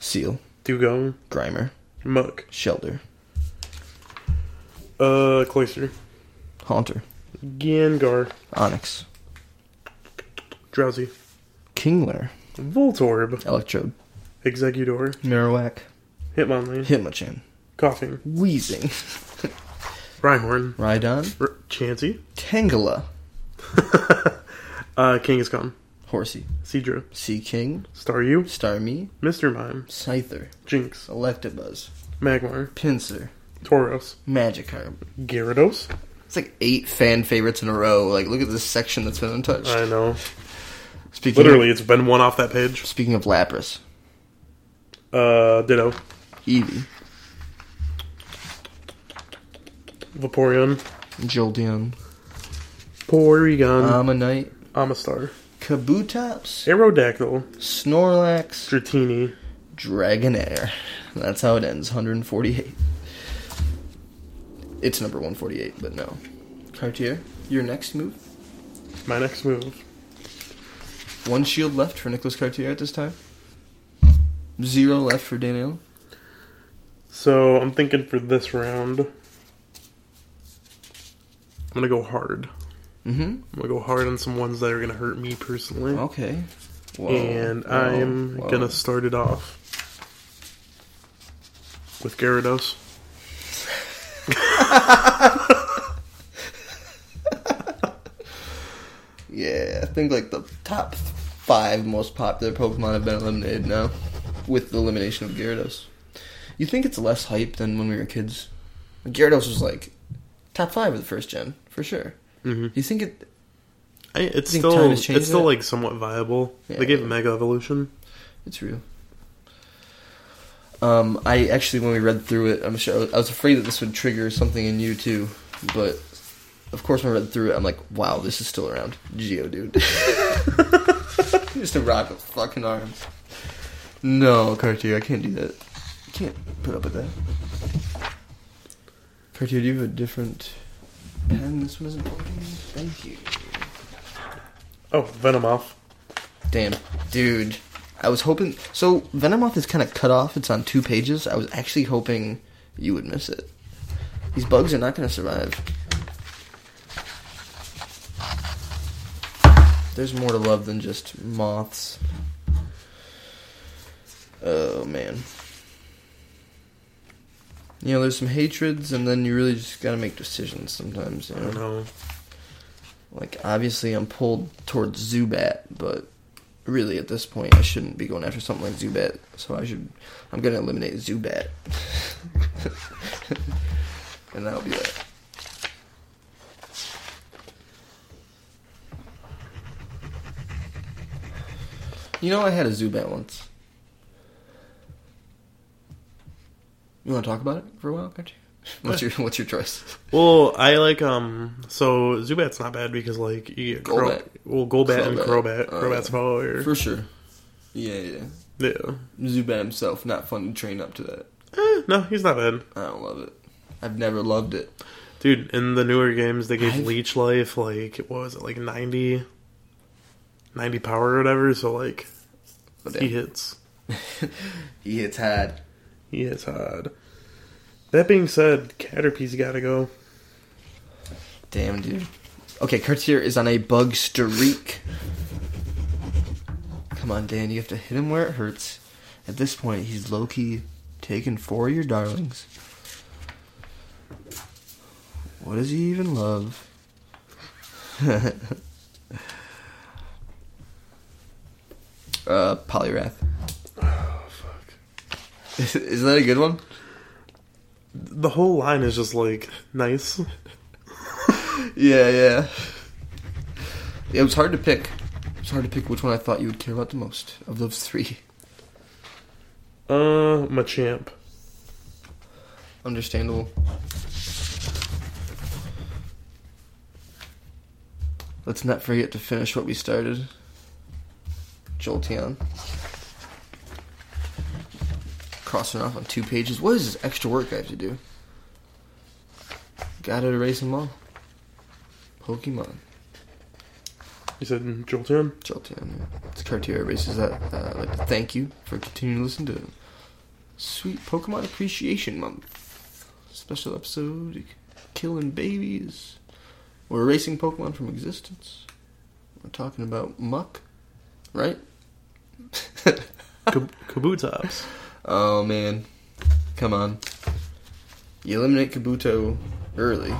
[SPEAKER 1] Seal.
[SPEAKER 2] Dugong,
[SPEAKER 1] Grimer.
[SPEAKER 2] Muck,
[SPEAKER 1] Shelter.
[SPEAKER 2] uh, Cloyster,
[SPEAKER 1] Haunter.
[SPEAKER 2] Gengar,
[SPEAKER 1] Onyx.
[SPEAKER 2] Drowsy,
[SPEAKER 1] Kingler.
[SPEAKER 2] Voltorb,
[SPEAKER 1] Electrode.
[SPEAKER 2] Exeggutor,
[SPEAKER 1] Marowak.
[SPEAKER 2] Hitmonlee,
[SPEAKER 1] Hitmachan.
[SPEAKER 2] Coughing,
[SPEAKER 1] Wheezing.
[SPEAKER 2] Rhyhorn,
[SPEAKER 1] Rhydon,
[SPEAKER 2] R- Chansey,
[SPEAKER 1] Tangela,
[SPEAKER 2] uh, Kangaskhan,
[SPEAKER 1] Horsey,
[SPEAKER 2] Seadra,
[SPEAKER 1] Sea King,
[SPEAKER 2] Staryu,
[SPEAKER 1] Starmie,
[SPEAKER 2] Mr. Mime,
[SPEAKER 1] Scyther,
[SPEAKER 2] Jinx,
[SPEAKER 1] Electabuzz,
[SPEAKER 2] Magmar,
[SPEAKER 1] Pinsir,
[SPEAKER 2] Tauros,
[SPEAKER 1] Magikarp.
[SPEAKER 2] Gyarados.
[SPEAKER 1] It's like eight fan favorites in a row. Like, look at this section that's been untouched.
[SPEAKER 2] I know.
[SPEAKER 1] Speaking
[SPEAKER 2] Literally, it's been one off that page.
[SPEAKER 1] Of, speaking of Lapras,
[SPEAKER 2] Uh, Ditto,
[SPEAKER 1] Eevee,
[SPEAKER 2] Vaporeon,
[SPEAKER 1] Jolteon, Uh,
[SPEAKER 2] Porygon,
[SPEAKER 1] Ammonite,
[SPEAKER 2] Amistar,
[SPEAKER 1] Kabutops,
[SPEAKER 2] Aerodactyl,
[SPEAKER 1] Snorlax,
[SPEAKER 2] Dratini,
[SPEAKER 1] Dragonair. That's how it ends. 148. It's number 148, but no. Cartier, your next move.
[SPEAKER 2] my next move.
[SPEAKER 1] One shield left for Nicolas Cartier at this time. Zero left for Daniel.
[SPEAKER 2] So I'm thinking for this round, I'm gonna go hard.
[SPEAKER 1] Mm-hmm.
[SPEAKER 2] I'm gonna go hard on some ones that are gonna hurt me personally,
[SPEAKER 1] Okay. Whoa.
[SPEAKER 2] and
[SPEAKER 1] Whoa.
[SPEAKER 2] I'm
[SPEAKER 1] Whoa.
[SPEAKER 2] gonna start it off with Gyarados.
[SPEAKER 1] Yeah, I think like the top five most popular Pokemon have been eliminated now, with the elimination of Gyarados. You think it's less hype than when we were kids? Gyarados was like top five of the first gen for sure.
[SPEAKER 2] Mm-hmm.
[SPEAKER 1] You think it?
[SPEAKER 2] I, it's
[SPEAKER 1] Think
[SPEAKER 2] still
[SPEAKER 1] time has
[SPEAKER 2] it's
[SPEAKER 1] changed
[SPEAKER 2] still
[SPEAKER 1] it?
[SPEAKER 2] like somewhat viable.
[SPEAKER 1] Yeah.
[SPEAKER 2] They gave Mega Evolution.
[SPEAKER 1] It's real. Um, I actually when we read through it, I'm sure I was afraid that this would trigger something in you too, but of course when I read through it, I'm like, wow, this is still around, Geodude. Just a rock with fucking arms. No, Cartier, I can't do that. I can't put up with that. Cartier, do you have a different pen? This one isn't working. Thank you.
[SPEAKER 2] Oh, Venomoth.
[SPEAKER 1] Damn, dude. I was hoping. So Venomoth is kind of cut off. It's on two pages. I was actually hoping you would miss it. These bugs are not going to survive. There's more to love than just moths. Oh man. You know, there's some hatreds, and then you really just gotta make decisions sometimes. You
[SPEAKER 2] I don't know.
[SPEAKER 1] like, obviously, I'm pulled towards Zubat, but really, at this point, I shouldn't be going after something like Zubat. So I should. I'm gonna eliminate Zubat, and that'll be that. You know, I had a Zubat once. You want to talk about it for a while, can't you? What's your What's your choice?
[SPEAKER 2] Well, I like um. So Zubat's not bad because like you get Crow-
[SPEAKER 1] Golbat.
[SPEAKER 2] well Golbat and
[SPEAKER 1] Crobat.
[SPEAKER 2] Crobat.
[SPEAKER 1] Oh,
[SPEAKER 2] Crobat's
[SPEAKER 1] yeah.
[SPEAKER 2] follower.
[SPEAKER 1] For sure. Yeah, yeah.
[SPEAKER 2] yeah.
[SPEAKER 1] Zubat himself, not fun to train up to that.
[SPEAKER 2] Eh, no, he's not bad,
[SPEAKER 1] I don't love it. I've never loved it.
[SPEAKER 2] dude. In the newer games, they gave
[SPEAKER 1] I've-
[SPEAKER 2] Leech Life like what was it like 90, 90 power or whatever. So like
[SPEAKER 1] But
[SPEAKER 2] he
[SPEAKER 1] yeah.
[SPEAKER 2] hits,
[SPEAKER 1] he hits hard.
[SPEAKER 2] he hits hard. That being said, Caterpie's got to go.
[SPEAKER 1] Damn, dude. Okay, Cartier is on a bug streak. Come on, Dan. You have to hit him where it hurts. At this point, he's low key taking four of your darlings. What does he even love? uh, Polyrath.
[SPEAKER 2] Oh, fuck.
[SPEAKER 1] Isn't that a good one?
[SPEAKER 2] The whole line is just like nice.
[SPEAKER 1] Yeah, yeah. It was hard to pick. It was hard to pick which one I thought you would care about the most of those three.
[SPEAKER 2] Uh, Machamp.
[SPEAKER 1] Understandable. Let's not forget to finish what we started. Jolteon. Crossing off on two pages. What is this extra work I have to do? Gotta erase them all. Pokemon.
[SPEAKER 2] You said Jolteon.
[SPEAKER 1] Jolteon. It's Cartier Races that uh, I'd like to thank you for continuing to listen to Sweet Pokemon Appreciation Month. Special episode Killing Babies. We're erasing Pokemon from existence. We're talking about muck, right?
[SPEAKER 2] Kab- Kabutops.
[SPEAKER 1] Oh man. Come on. You eliminate Kabuto early.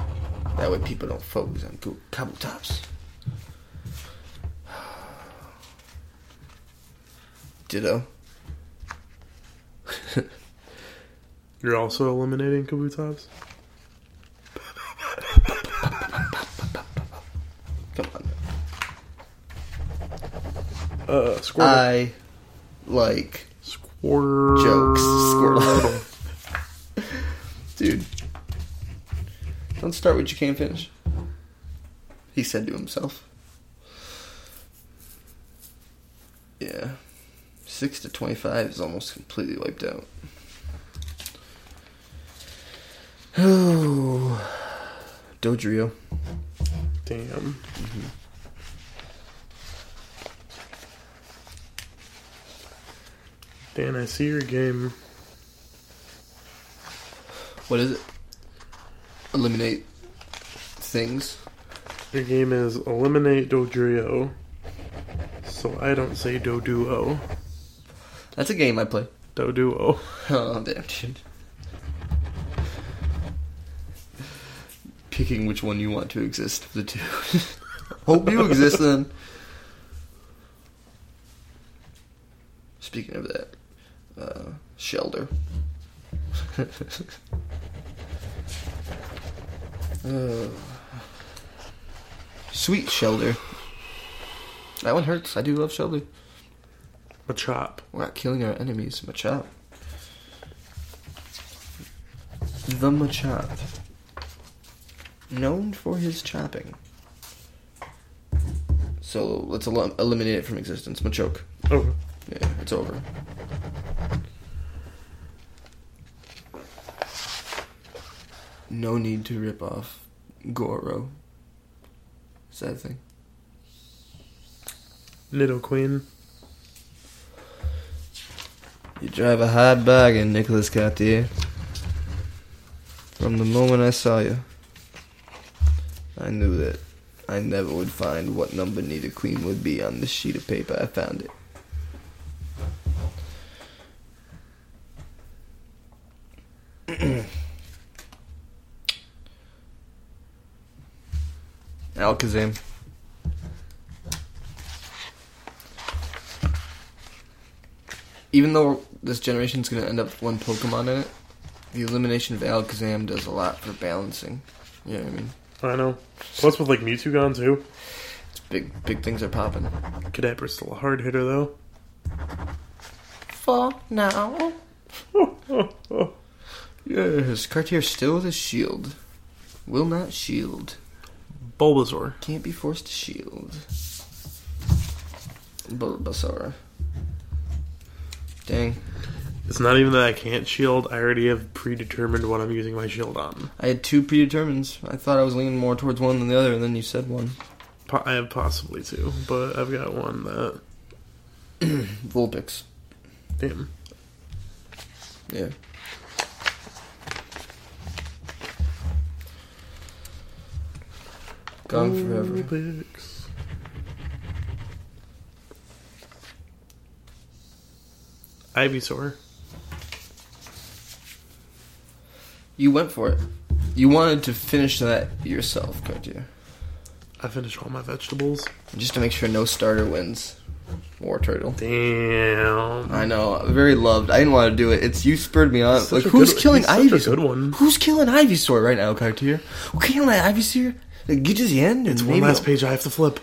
[SPEAKER 1] That way people don't focus on Go- Kabutops. Ditto.
[SPEAKER 2] You're also eliminating Kabutops?
[SPEAKER 1] Come on.
[SPEAKER 2] Uh, Squirtle.
[SPEAKER 1] I like
[SPEAKER 2] Squirtle.
[SPEAKER 1] jokes. Squirtle. Dude. Don't start what you can't finish. He said to himself. Yeah. 6 to 25 is almost completely wiped out. Oh. Dodrio.
[SPEAKER 2] Damn. Dan, I see your game.
[SPEAKER 1] What is it? Eliminate things.
[SPEAKER 2] Your game is eliminate Dodrio, so I don't say Doduo.
[SPEAKER 1] That's a game I play.
[SPEAKER 2] Doduo.
[SPEAKER 1] Oh, damn, dude. Picking which one you want to exist of the two. Hope you exist then. Speaking of that, uh, Shelter. Oh. Sweet Shelter. That one hurts. I do love Shelter.
[SPEAKER 2] Machop.
[SPEAKER 1] We're not killing our enemies, Machop. The Machop. Known for his chopping. So let's el- eliminate it from existence. Machoke.
[SPEAKER 2] Oh,
[SPEAKER 1] Yeah, it's over. No need to rip off Goro. Is that a thing?
[SPEAKER 2] Nidoqueen.
[SPEAKER 1] You drive a hard bargain, Nicholas Cartier. From the moment I saw you, I knew that I never would find what number Nita Queen would be on this sheet of paper. I found it. Alakazam. even though this generation's going to end up with one Pokemon in it, the elimination of Alakazam does a lot for balancing. You know what I mean?
[SPEAKER 2] Oh, I know. Plus, with like Mewtwo gone too.
[SPEAKER 1] It's big, big things are popping.
[SPEAKER 2] Kadabra's still a hard hitter though.
[SPEAKER 1] For now.
[SPEAKER 2] Oh,
[SPEAKER 1] Yes, Cartier still with a shield. Will not shield.
[SPEAKER 2] Bulbasaur.
[SPEAKER 1] Can't be forced to shield. Bulbasaur. Dang.
[SPEAKER 2] It's not even that I can't shield. I already have predetermined what I'm using my shield on.
[SPEAKER 1] I had two predetermines. I thought I was leaning more towards one than the other, and then you said one.
[SPEAKER 2] Po- I have possibly two, but I've got one that.
[SPEAKER 1] Vulpix.
[SPEAKER 2] Damn.
[SPEAKER 1] Yeah. Gone
[SPEAKER 2] Mm.
[SPEAKER 1] forever.
[SPEAKER 2] Bulbix. Ivysaur.
[SPEAKER 1] You went for it. You wanted to finish that yourself, Cartier.
[SPEAKER 2] I finished all my vegetables.
[SPEAKER 1] Just to make sure no starter wins. War Turtle.
[SPEAKER 2] Damn.
[SPEAKER 1] I know. Very loved. I didn't want to do it. It's you spurred me on.
[SPEAKER 2] Such
[SPEAKER 1] like
[SPEAKER 2] a
[SPEAKER 1] who's
[SPEAKER 2] good-
[SPEAKER 1] killing
[SPEAKER 2] he's such a
[SPEAKER 1] Ivysaur?
[SPEAKER 2] good one.
[SPEAKER 1] Who's killing Ivysaur right now, Cartier? We're killing that Ivysaur. Like, Get to the end and
[SPEAKER 2] It's one
[SPEAKER 1] maybe
[SPEAKER 2] last
[SPEAKER 1] I'll-
[SPEAKER 2] page I have to flip.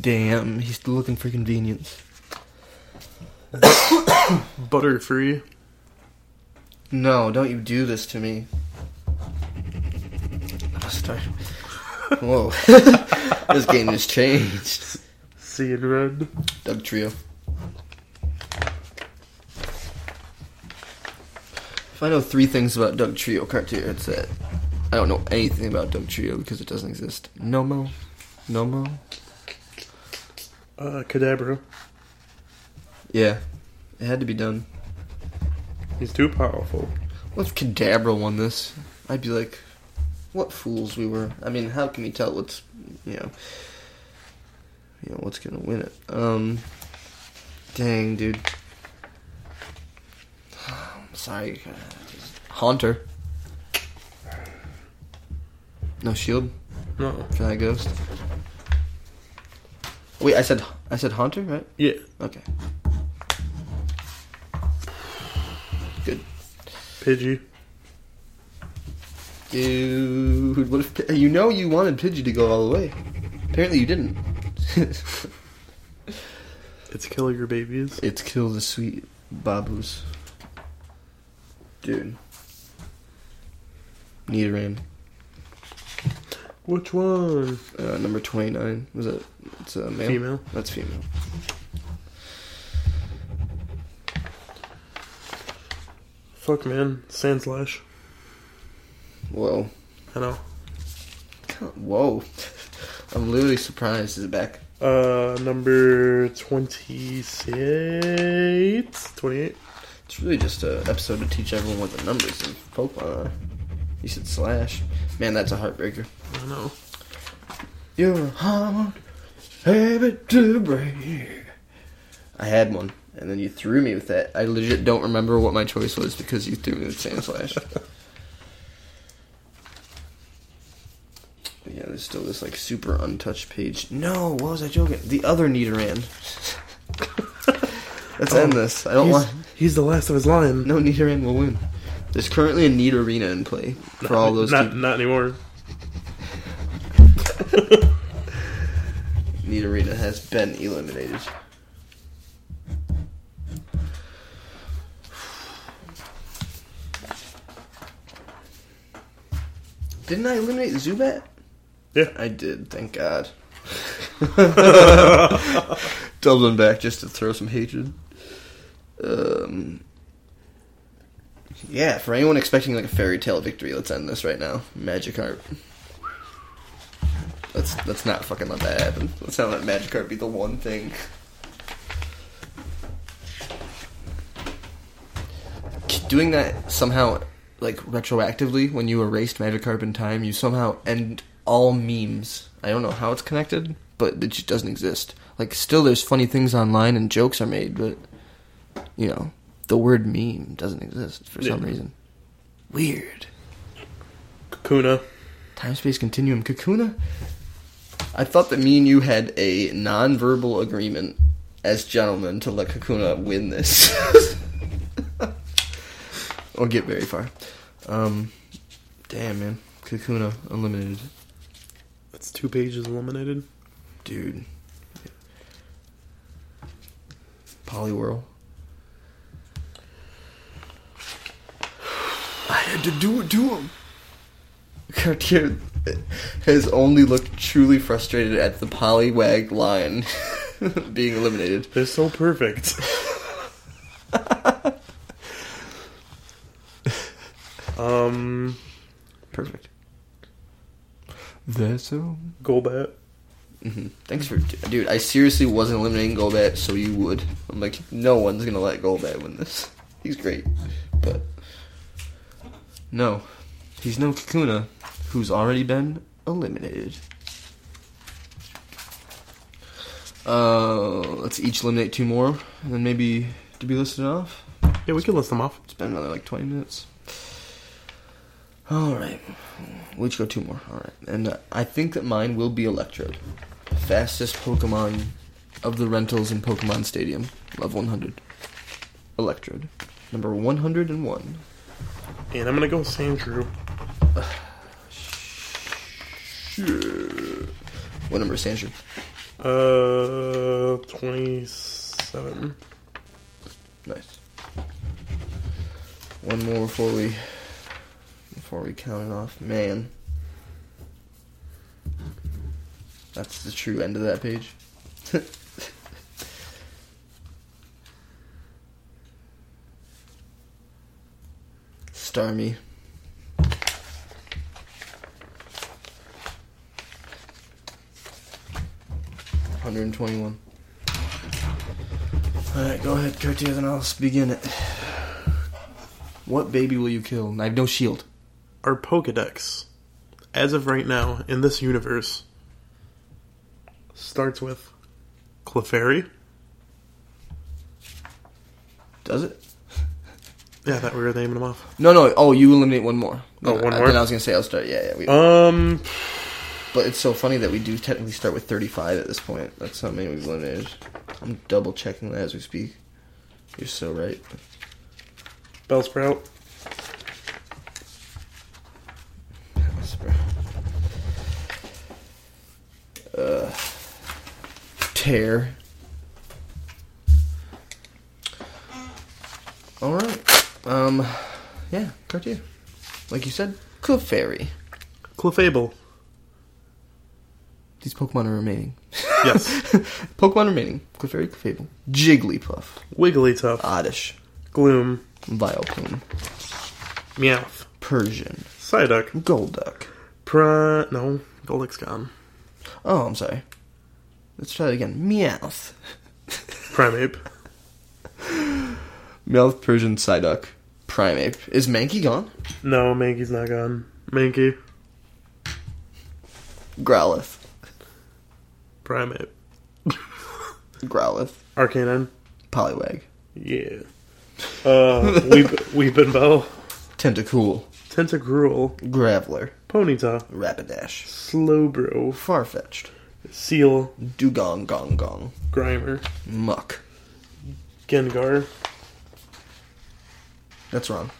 [SPEAKER 1] Damn, he's still looking for convenience.
[SPEAKER 2] Butterfree.
[SPEAKER 1] No, don't you do this to me. I'll start. Whoa. this game has changed.
[SPEAKER 2] See in red.
[SPEAKER 1] Doug Trio. If I know three things about Doug Trio Cartier, it's that I don't know anything about Doug Trio because it doesn't exist. No mo. No mo.
[SPEAKER 2] Uh, Kadabra.
[SPEAKER 1] Yeah. It had to be done.
[SPEAKER 2] He's too powerful.
[SPEAKER 1] What if Kadabra won this? I'd be like, what fools we were. I mean, how can we tell what's, you know, you know what's gonna win it? Um, dang, dude. I'm sorry. Haunter. No shield
[SPEAKER 2] No.
[SPEAKER 1] for that ghost. Wait, I said I said hunter, right?
[SPEAKER 2] Yeah.
[SPEAKER 1] Okay. Good.
[SPEAKER 2] Pidgey.
[SPEAKER 1] Dude, what if Pi- you know you wanted Pidgey to go all the way? Apparently you didn't.
[SPEAKER 2] It's kill your babies.
[SPEAKER 1] it's kill the sweet babus. Dude. Need rain.
[SPEAKER 2] Which one?
[SPEAKER 1] Uh, number twenty nine. Was it? It's a male.
[SPEAKER 2] Female.
[SPEAKER 1] That's female.
[SPEAKER 2] Fuck, man. Sandslash.
[SPEAKER 1] Whoa.
[SPEAKER 2] I know.
[SPEAKER 1] Whoa. I'm literally surprised it's back.
[SPEAKER 2] Uh, number 26? 28?
[SPEAKER 1] It's really just a episode to teach everyone what the numbers in Pokemon are. You said slash. Man, that's a heartbreaker.
[SPEAKER 2] I know.
[SPEAKER 1] You're a hard habit to break. I had one, and then you threw me with that. I legit don't remember what my choice was because you threw me with Sand Slash. but yeah, there's still this like super untouched page. No, what was I joking? The other Nidoran. Let's end this. I don't
[SPEAKER 2] he's,
[SPEAKER 1] want.
[SPEAKER 2] He's the last of his line.
[SPEAKER 1] No Nidoran will win. There's currently a Need Arena in play for all those.
[SPEAKER 2] Not,
[SPEAKER 1] Need
[SPEAKER 2] not anymore.
[SPEAKER 1] Arena has been eliminated. Didn't I eliminate Zubat?
[SPEAKER 2] Yeah.
[SPEAKER 1] I did, thank God. Doubling back just to throw some hatred. Um, yeah, for anyone expecting like a fairy tale victory, let's end this right now. Magikarp. Let's let's not fucking let that happen. Let's not let Magikarp be the one thing. Doing that somehow, like retroactively, when you erased Magikarp in time, you somehow end all memes. I don't know how it's connected, but it just doesn't exist. Like, still, there's funny things online and jokes are made, but you know, the word meme doesn't exist for some
[SPEAKER 2] Yeah.
[SPEAKER 1] reason. Weird.
[SPEAKER 2] Kakuna.
[SPEAKER 1] Time space continuum. Kakuna? I thought that me and you had a non-verbal agreement as gentlemen to let Kakuna win this. or get very far. Um, damn, man. Kakuna eliminated.
[SPEAKER 2] That's two pages eliminated.
[SPEAKER 1] Dude. Poliwhirl. I had to do it to him. Cartier has only looked truly frustrated at the polywag line being eliminated.
[SPEAKER 2] They're so perfect. um,
[SPEAKER 1] Perfect. That's so.
[SPEAKER 2] Golbat.
[SPEAKER 1] hmm Thanks for, dude. I seriously wasn't eliminating Golbat, so you would. I'm like, no one's gonna let Golbat win this. He's great, but no, he's no Kakuna, who's already been eliminated. Uh, let's each eliminate two more, and then maybe to be listed off.
[SPEAKER 2] Yeah, we can list them off.
[SPEAKER 1] It's been another like 20 minutes. All right. We'll each go two more. All right. And uh, I think that mine will be Electrode. Fastest Pokemon of the rentals in Pokemon Stadium. Love 100. Electrode. Number 101.
[SPEAKER 2] And I'm gonna go Sandshrew.
[SPEAKER 1] Sure. What number is Sandshrew?
[SPEAKER 2] Uh, 27.
[SPEAKER 1] Nice. One more before we before we count it off. Man. That's the true end of that page. Starmie. Hundred and twenty one. Alright, go ahead, Curtier, then I'll begin it. What baby will you kill? I have no shield.
[SPEAKER 2] Our Pokedex, as of right now, in this universe, starts with Clefairy.
[SPEAKER 1] Does it?
[SPEAKER 2] Yeah, that we were naming them off.
[SPEAKER 1] No, no. Oh, you eliminate one more.
[SPEAKER 2] Oh,
[SPEAKER 1] Then
[SPEAKER 2] one
[SPEAKER 1] I-
[SPEAKER 2] more?
[SPEAKER 1] Then I was gonna say I'll start. Yeah, yeah. We,
[SPEAKER 2] Um,
[SPEAKER 1] but it's so funny that we do technically start with 35 at this point. That's how many we've eliminated. I'm double checking that as we speak. You're so right.
[SPEAKER 2] Bell Sprout.
[SPEAKER 1] Uh, tear. All right. Um, yeah, Cartier. Like you said, Clefairy.
[SPEAKER 2] Clefable.
[SPEAKER 1] These Pokemon are remaining.
[SPEAKER 2] Yes.
[SPEAKER 1] Pokemon remaining. Clefairy, Clefable. Jigglypuff.
[SPEAKER 2] Wigglytuff.
[SPEAKER 1] Oddish.
[SPEAKER 2] Gloom.
[SPEAKER 1] Vileplume.
[SPEAKER 2] Meowth.
[SPEAKER 1] Persian.
[SPEAKER 2] Psyduck.
[SPEAKER 1] Golduck.
[SPEAKER 2] Pra... No. Golduck's gone.
[SPEAKER 1] Oh, I'm sorry. Let's try that again. Meowth.
[SPEAKER 2] Primeape.
[SPEAKER 1] Meowth, Persian, Psyduck, Primeape. Is Mankey gone?
[SPEAKER 2] No, Mankey's not gone. Mankey.
[SPEAKER 1] Growlithe.
[SPEAKER 2] Primeape.
[SPEAKER 1] Growlithe.
[SPEAKER 2] Arcanine.
[SPEAKER 1] Poliwag.
[SPEAKER 2] Yeah. Uh, Weep, Weepin' Bell.
[SPEAKER 1] Tentacool.
[SPEAKER 2] Tentacruel.
[SPEAKER 1] Graveler.
[SPEAKER 2] Ponyta.
[SPEAKER 1] Rapidash.
[SPEAKER 2] Slowbro.
[SPEAKER 1] Farfetched.
[SPEAKER 2] Seal.
[SPEAKER 1] Dugong Gong Gong.
[SPEAKER 2] Grimer.
[SPEAKER 1] Muck.
[SPEAKER 2] Gengar.
[SPEAKER 1] That's wrong.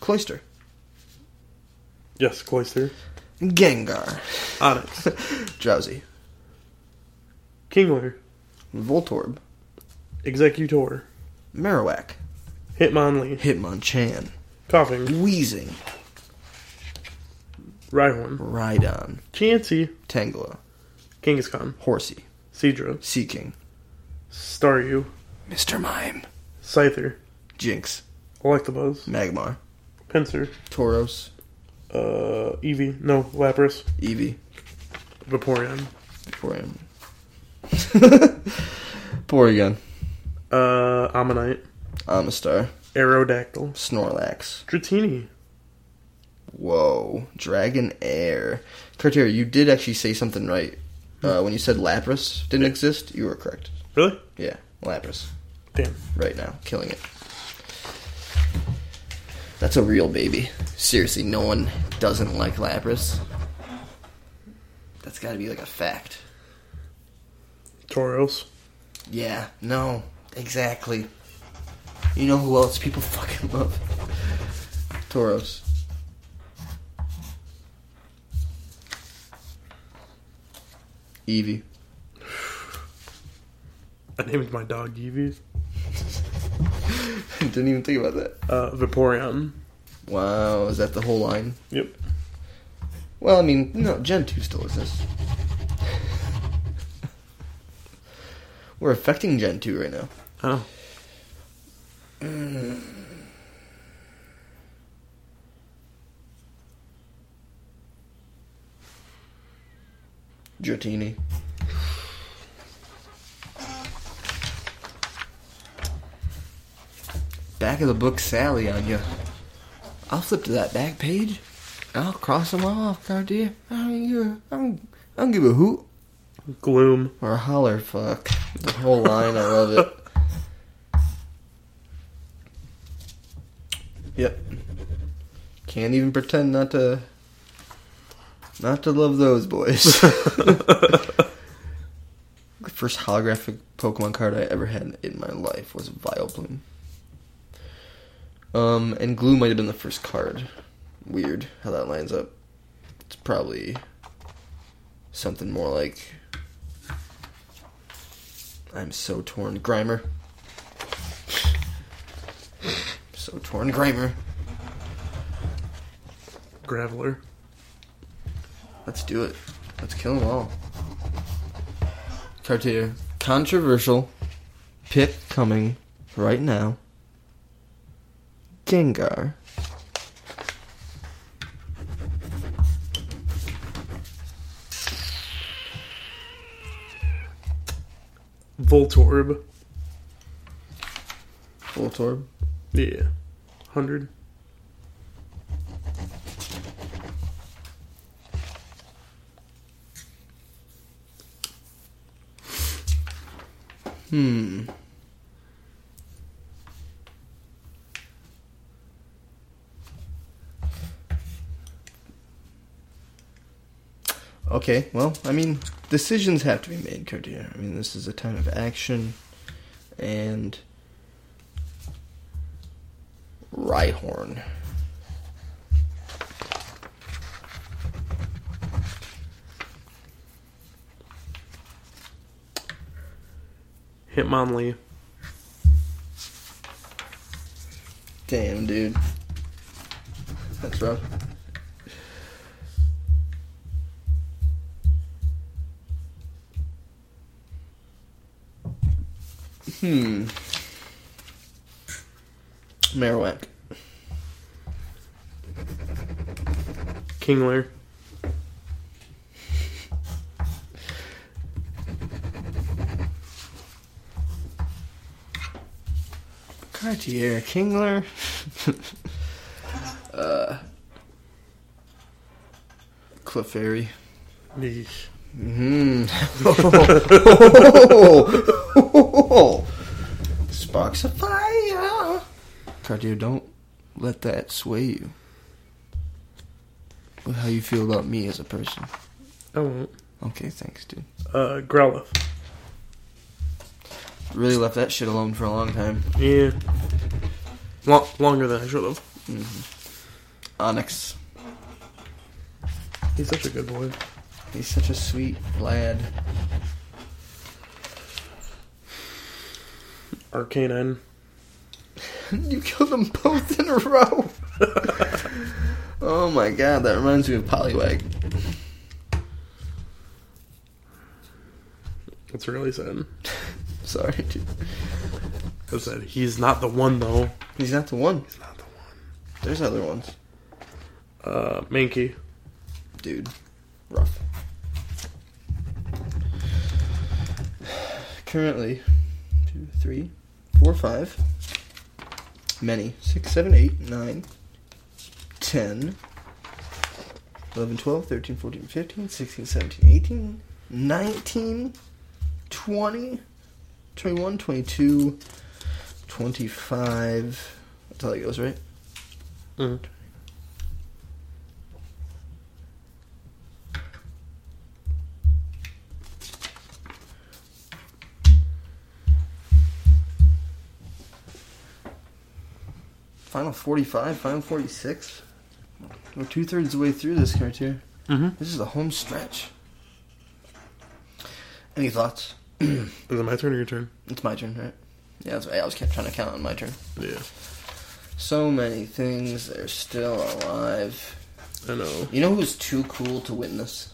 [SPEAKER 1] Cloister.
[SPEAKER 2] Yes, Cloyster.
[SPEAKER 1] Gengar.
[SPEAKER 2] Onyx.
[SPEAKER 1] Drowsy.
[SPEAKER 2] Kingler.
[SPEAKER 1] Voltorb.
[SPEAKER 2] Executor.
[SPEAKER 1] Marowak.
[SPEAKER 2] Hitmonlee.
[SPEAKER 1] Hitmonchan.
[SPEAKER 2] Coughing.
[SPEAKER 1] Wheezing.
[SPEAKER 2] Rhyhorn.
[SPEAKER 1] Rhydon.
[SPEAKER 2] Chansey.
[SPEAKER 1] Tangela.
[SPEAKER 2] Kangaskhan.
[SPEAKER 1] Horsey.
[SPEAKER 2] Seadra.
[SPEAKER 1] Seeking.
[SPEAKER 2] Staryu.
[SPEAKER 1] Mr. Mime.
[SPEAKER 2] Scyther.
[SPEAKER 1] Jinx.
[SPEAKER 2] Electabuzz.
[SPEAKER 1] Magmar.
[SPEAKER 2] Pinsir.
[SPEAKER 1] Tauros.
[SPEAKER 2] Uh, Eevee. No, Lapras.
[SPEAKER 1] Eevee.
[SPEAKER 2] Vaporeon.
[SPEAKER 1] Vaporeon. Porygon.
[SPEAKER 2] Uh, Ammonite.
[SPEAKER 1] Amistar.
[SPEAKER 2] Aerodactyl.
[SPEAKER 1] um, Snorlax.
[SPEAKER 2] Dratini.
[SPEAKER 1] Whoa. Dragon Air. Cartier, you did actually say something right. Uh, when you said Lapras didn't exist, you were correct.
[SPEAKER 2] Really?
[SPEAKER 1] Yeah, Lapras.
[SPEAKER 2] Damn.
[SPEAKER 1] Right now. Killing it. That's a real baby. Seriously, no one doesn't like Lapras. That's gotta be like a fact.
[SPEAKER 2] Tauros.
[SPEAKER 1] Yeah, no, exactly. You know who else people fucking love? Tauros. Eevee.
[SPEAKER 2] I named my dog Eevee.
[SPEAKER 1] Didn't even think about that.
[SPEAKER 2] Uh, Vaporeon.
[SPEAKER 1] Wow, is that the whole line?
[SPEAKER 2] Yep.
[SPEAKER 1] Well, I mean, no, Gen 2 still exists. We're affecting Gen 2 right now.
[SPEAKER 2] Oh.
[SPEAKER 1] Dratini. Back of the book, Sally, on you. I'll flip to that back page. I'll cross them all off, Cartier. I don't give a, I don't, I don't give a hoot
[SPEAKER 2] Gloom.
[SPEAKER 1] or a holler. Fuck the whole line. I love it. Yep. Can't even pretend not to not to love those boys. The first holographic Pokemon card I ever had in my life was Vileplume. Um, and Glue might have been the first card. Weird how that lines up. It's probably something more like. I'm so torn, Grimer. So torn, Grimer.
[SPEAKER 2] Graveler.
[SPEAKER 1] Let's do it. Let's kill them all. Cartier. Controversial pick coming right now. Gengar.
[SPEAKER 2] Voltorb.
[SPEAKER 1] Voltorb.
[SPEAKER 2] Yeah. 100.
[SPEAKER 1] Hmm. Okay, well, I mean, decisions have to be made, Cotier. I mean, this is a time of action, and Rhyhorn.
[SPEAKER 2] Hitmonlee.
[SPEAKER 1] Damn, dude, that's rough. Hmm. Marowak.
[SPEAKER 2] Kingler.
[SPEAKER 1] Cartier, Kingler. uh, Clefairy.
[SPEAKER 2] Yeesh.
[SPEAKER 1] Mm. oh. Sparks of fire. Cartier, don't let that sway you. With how you feel about me as a person.
[SPEAKER 2] I won't.
[SPEAKER 1] Okay, thanks, dude.
[SPEAKER 2] Uh, Growlithe.
[SPEAKER 1] Really left that shit alone for a long time.
[SPEAKER 2] Yeah. Lo- longer than I should have.
[SPEAKER 1] Onyx.
[SPEAKER 2] He's such a good boy.
[SPEAKER 1] He's such a sweet lad.
[SPEAKER 2] Arcanine.
[SPEAKER 1] You killed them both in a row. oh my god, that reminds me of Poliwag.
[SPEAKER 2] It's really sad.
[SPEAKER 1] Sorry, dude.
[SPEAKER 2] I said he's not the one though.
[SPEAKER 1] He's not the one.
[SPEAKER 2] He's not the one.
[SPEAKER 1] There's other ones.
[SPEAKER 2] Uh, Mankey.
[SPEAKER 1] Dude, rough. Currently, two, three, four, five. Many. Six, seven, eight, nine, ten. 11, 12, 13, 14, 15, 16, 17, 18, 19, 20, 21, 22, 25. That's how it goes, right?
[SPEAKER 2] Mm.
[SPEAKER 1] Final 45, final 46. We're two thirds of the way through this card here.
[SPEAKER 2] Mm-hmm.
[SPEAKER 1] This is a home stretch. Any thoughts?
[SPEAKER 2] Is it my turn or your turn?
[SPEAKER 1] It's my turn, right? Yeah, that's why I was kept trying to count on my turn.
[SPEAKER 2] Yeah.
[SPEAKER 1] So many things that are still alive.
[SPEAKER 2] I know.
[SPEAKER 1] You know who's too cool to witness?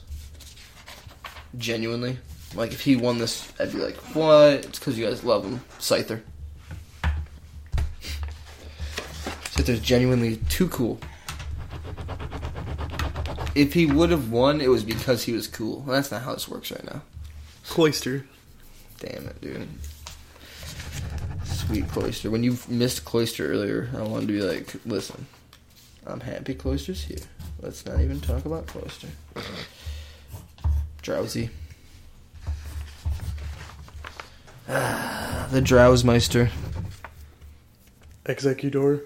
[SPEAKER 1] Genuinely. Like, if he won this, I'd be like, what? It's because you guys love him. Scyther. Scyther's genuinely too cool. If he would have won, it was because he was cool. That's not how this works right now.
[SPEAKER 2] Cloister.
[SPEAKER 1] Damn it, dude. Sweet Cloister. When you missed Cloister earlier, I wanted to be like, listen, I'm happy Cloister's here. Let's not even talk about Cloister. Drowsy. Ah, the Drowsmeister.
[SPEAKER 2] Executor.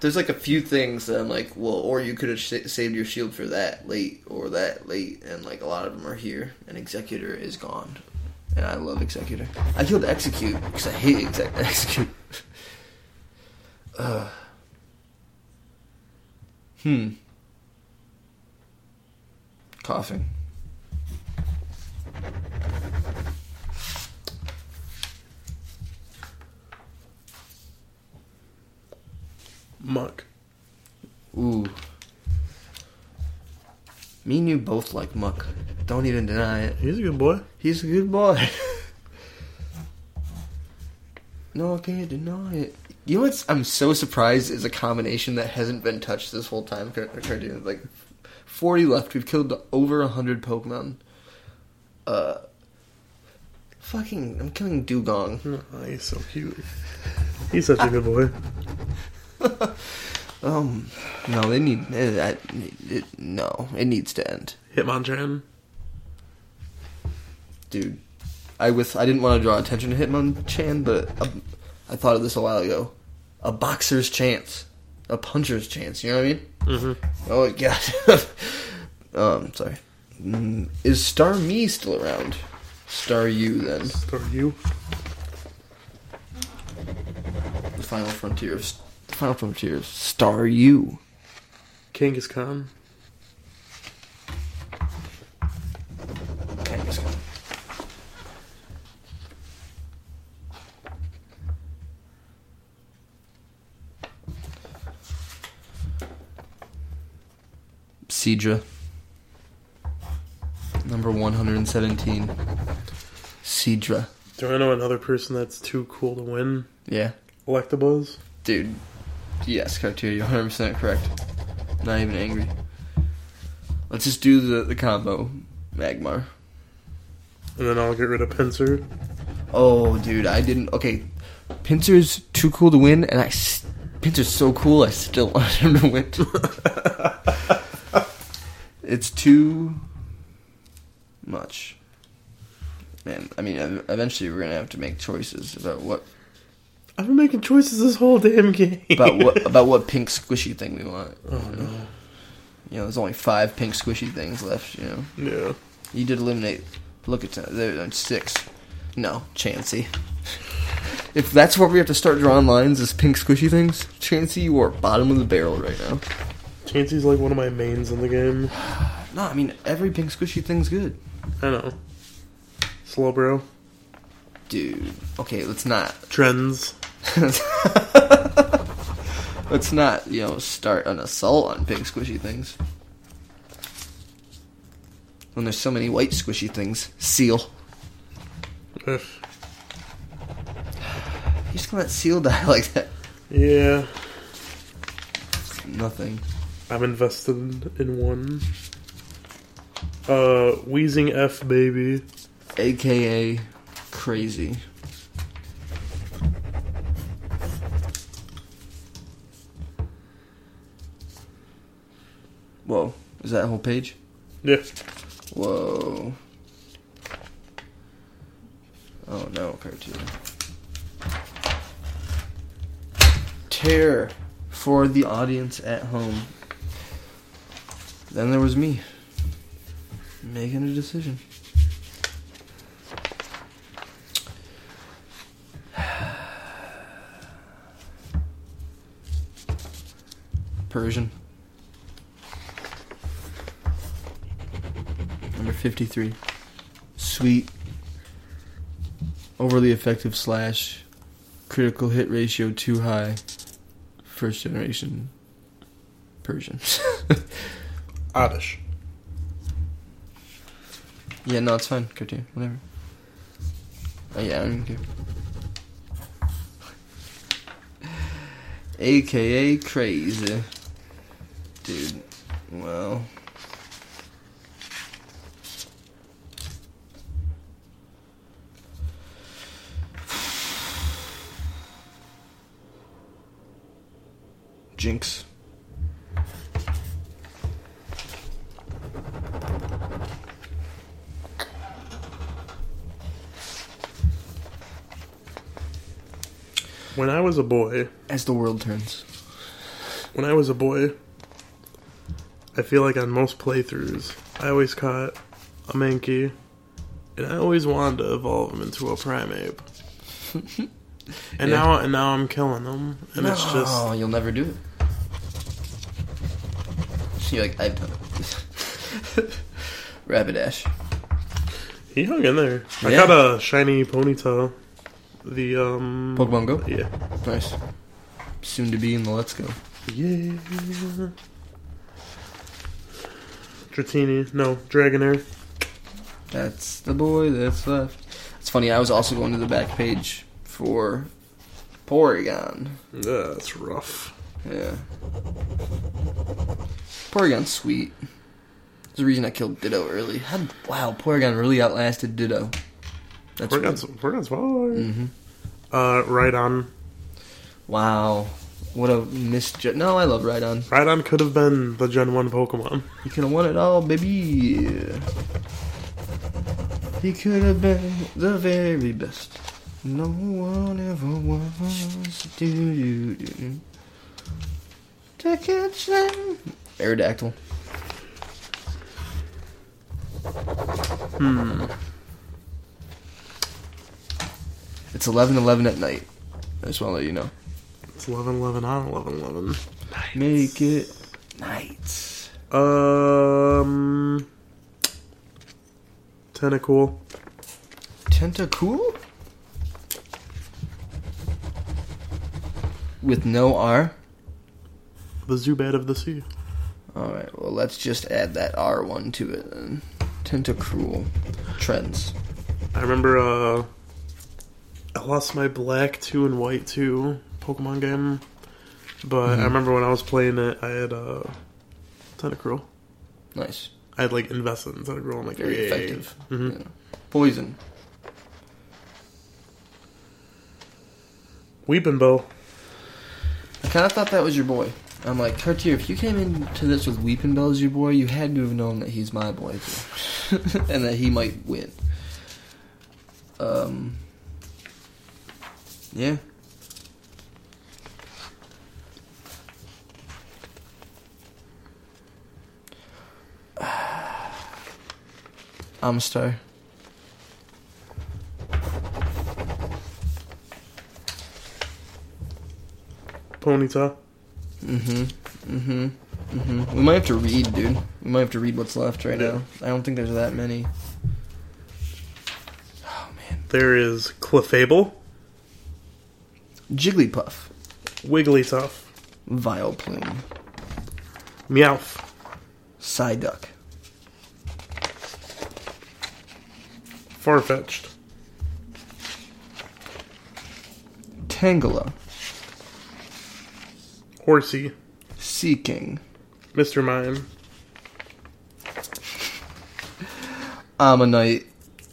[SPEAKER 1] There's like a few things that I'm like, well, or you could have sa- saved your shield for that late or that late, and like a lot of them are here, and Executor is gone. And I love Executor. I killed Execute because I hate exec- Execute. uh. Hmm. Coughing.
[SPEAKER 2] Muck.
[SPEAKER 1] Ooh. Me and you both like Muck. Don't even deny it.
[SPEAKER 2] He's a good boy.
[SPEAKER 1] He's a good boy. no, I can't deny it. You know what's? I'm so surprised is a combination that hasn't been touched this whole time. Cur- Cartoon like 40 left. We've killed over 100 Pokemon. Uh, fucking, I'm killing Dugong.
[SPEAKER 2] Aw, he's so cute. He's such a good boy.
[SPEAKER 1] Um, no, they need eh, I- it, no, it needs to end,
[SPEAKER 2] Hitmonchan.
[SPEAKER 1] dude. I with I didn't want to draw attention to Hitmonchan, but um, I thought of this a while ago. A boxer's chance. a puncher's chance. You know what I mean?
[SPEAKER 2] hmm
[SPEAKER 1] Oh god. um, sorry. Mm, Is Star Me still around? Star You then.
[SPEAKER 2] Star you.
[SPEAKER 1] The final frontier. Of, the final frontier. Of Star You.
[SPEAKER 2] Kangaskhan.
[SPEAKER 1] Kangaskhan. Sidra. Number 117. Sidra.
[SPEAKER 2] Do I know another person that's too cool to win?
[SPEAKER 1] Yeah.
[SPEAKER 2] Electabuzz.
[SPEAKER 1] Dude, yes, Cartier, you're 100% correct. Not even angry. Let's just do the, the combo. Magmar.
[SPEAKER 2] And then I'll get rid of Pinsir.
[SPEAKER 1] Oh, dude, I didn't. Okay, Pinsir's too cool to win, and I. s- Pinsir's so cool, I still want him to win. it's too much. Man, I mean, ev- eventually we're gonna have to make choices about what
[SPEAKER 2] I've been making choices this whole damn game.
[SPEAKER 1] about what about what pink squishy thing we want.
[SPEAKER 2] Oh no.
[SPEAKER 1] You know, there's only five pink squishy things left. You know.
[SPEAKER 2] Yeah.
[SPEAKER 1] You did eliminate. Look at that. There, that's six. No, Chansey. If that's where we have to start drawing lines, is pink squishy things, Chansey, you are bottom of the barrel right now.
[SPEAKER 2] Chansey's like one of my mains in the game.
[SPEAKER 1] No, I mean, every pink squishy thing's good.
[SPEAKER 2] I know. Slow bro.
[SPEAKER 1] Dude. Okay, let's not.
[SPEAKER 2] Trends.
[SPEAKER 1] let's not, you know, start an assault on pink squishy things. When there's so many white squishy things. Seal.
[SPEAKER 2] Ugh.
[SPEAKER 1] You just gonna let Seal die like that?
[SPEAKER 2] Yeah.
[SPEAKER 1] Nothing.
[SPEAKER 2] I'm invested in one. Uh, Wheezing F baby.
[SPEAKER 1] aka crazy. Whoa, is that a whole page?
[SPEAKER 2] Yeah.
[SPEAKER 1] Whoa. Oh no, cartoon. Tear for the audience at home. Then there was me making a decision. Persian. Number 53. Sweet. Overly effective slash. Critical hit ratio too high. First generation Persian.
[SPEAKER 2] Oddish.
[SPEAKER 1] yeah, no, it's fine. Cartoon. Whatever. Oh, yeah, I don't even care. AKA crazy. Dude. Well. Jinx.
[SPEAKER 2] When I was a boy,
[SPEAKER 1] As the world turns.
[SPEAKER 2] when I was a boy, I feel like on most playthroughs, I always caught a Mankey, and I always wanted to evolve him into a Primeape. and
[SPEAKER 1] Yeah.
[SPEAKER 2] now, and now I'm killing them, and it's just
[SPEAKER 1] Oh, you'll never do it. You're like, I've done it. Rapidash.
[SPEAKER 2] he hung in there. I
[SPEAKER 1] Yeah.
[SPEAKER 2] got a shiny ponytail. The um,
[SPEAKER 1] Pokemon Go?
[SPEAKER 2] yeah,
[SPEAKER 1] Nice. Soon to be in the Let's Go.
[SPEAKER 2] yeah. Dratini, no Dragonair.
[SPEAKER 1] That's the boy that's left. It's funny, I was also going to the back page for Porygon.
[SPEAKER 2] That's rough.
[SPEAKER 1] Yeah. Porygon's sweet. There's a reason I killed Ditto early. How, wow, Porygon really outlasted Ditto. That's
[SPEAKER 2] We're
[SPEAKER 1] Porygon's...
[SPEAKER 2] gonna, we're gonna swallow. her.
[SPEAKER 1] hmm
[SPEAKER 2] Uh, right on.
[SPEAKER 1] Wow. What a misjudge. No, I love Rhydon.
[SPEAKER 2] Rhydon could have been the Gen 1 Pokemon.
[SPEAKER 1] He could have won it all, baby. He could have been the very best. No one ever was. Do, do, do. the kitchen. Aerodactyl.
[SPEAKER 2] Hmm.
[SPEAKER 1] It's eleven eleven at night. I just want to let you know.
[SPEAKER 2] It's 11 11 on 11 11. Nice.
[SPEAKER 1] Make it night.
[SPEAKER 2] Um. Tentacool.
[SPEAKER 1] Tentacool? With no R?
[SPEAKER 2] The Zubat of the Sea.
[SPEAKER 1] Alright, well, let's just add that R one to it then. Tentacruel. Trends.
[SPEAKER 2] I remember uh, I lost my black 2 and white 2 Pokemon game. But
[SPEAKER 1] Hmm.
[SPEAKER 2] I remember when I was playing it, I had uh, Tentacruel.
[SPEAKER 1] Nice.
[SPEAKER 2] I had like invested in Tentacruel. I'm like,
[SPEAKER 1] Very
[SPEAKER 2] yay.
[SPEAKER 1] effective.
[SPEAKER 2] Mhm.
[SPEAKER 1] Yeah. Poison.
[SPEAKER 2] Weeping Bill.
[SPEAKER 1] I kind of thought that was your boy. I'm like, Cartier, if you came into this with Weeping Bell as your boy, you had to have known that he's my boy, too. and that he might win. Um. Yeah. I'm a star.
[SPEAKER 2] Ponyta.
[SPEAKER 1] Mm-hmm. Mm-hmm. Mm-hmm. We might have to read, dude. We might have to read what's left right
[SPEAKER 2] Yeah.
[SPEAKER 1] now. I don't think there's that many. Oh man.
[SPEAKER 2] There is Clefable.
[SPEAKER 1] Jigglypuff.
[SPEAKER 2] Wigglytuff.
[SPEAKER 1] Vileplume.
[SPEAKER 2] Meowth.
[SPEAKER 1] Psyduck.
[SPEAKER 2] Farfetched.
[SPEAKER 1] Tangela.
[SPEAKER 2] Horsey.
[SPEAKER 1] Seeking.
[SPEAKER 2] Mr. Mime.
[SPEAKER 1] Ammonite.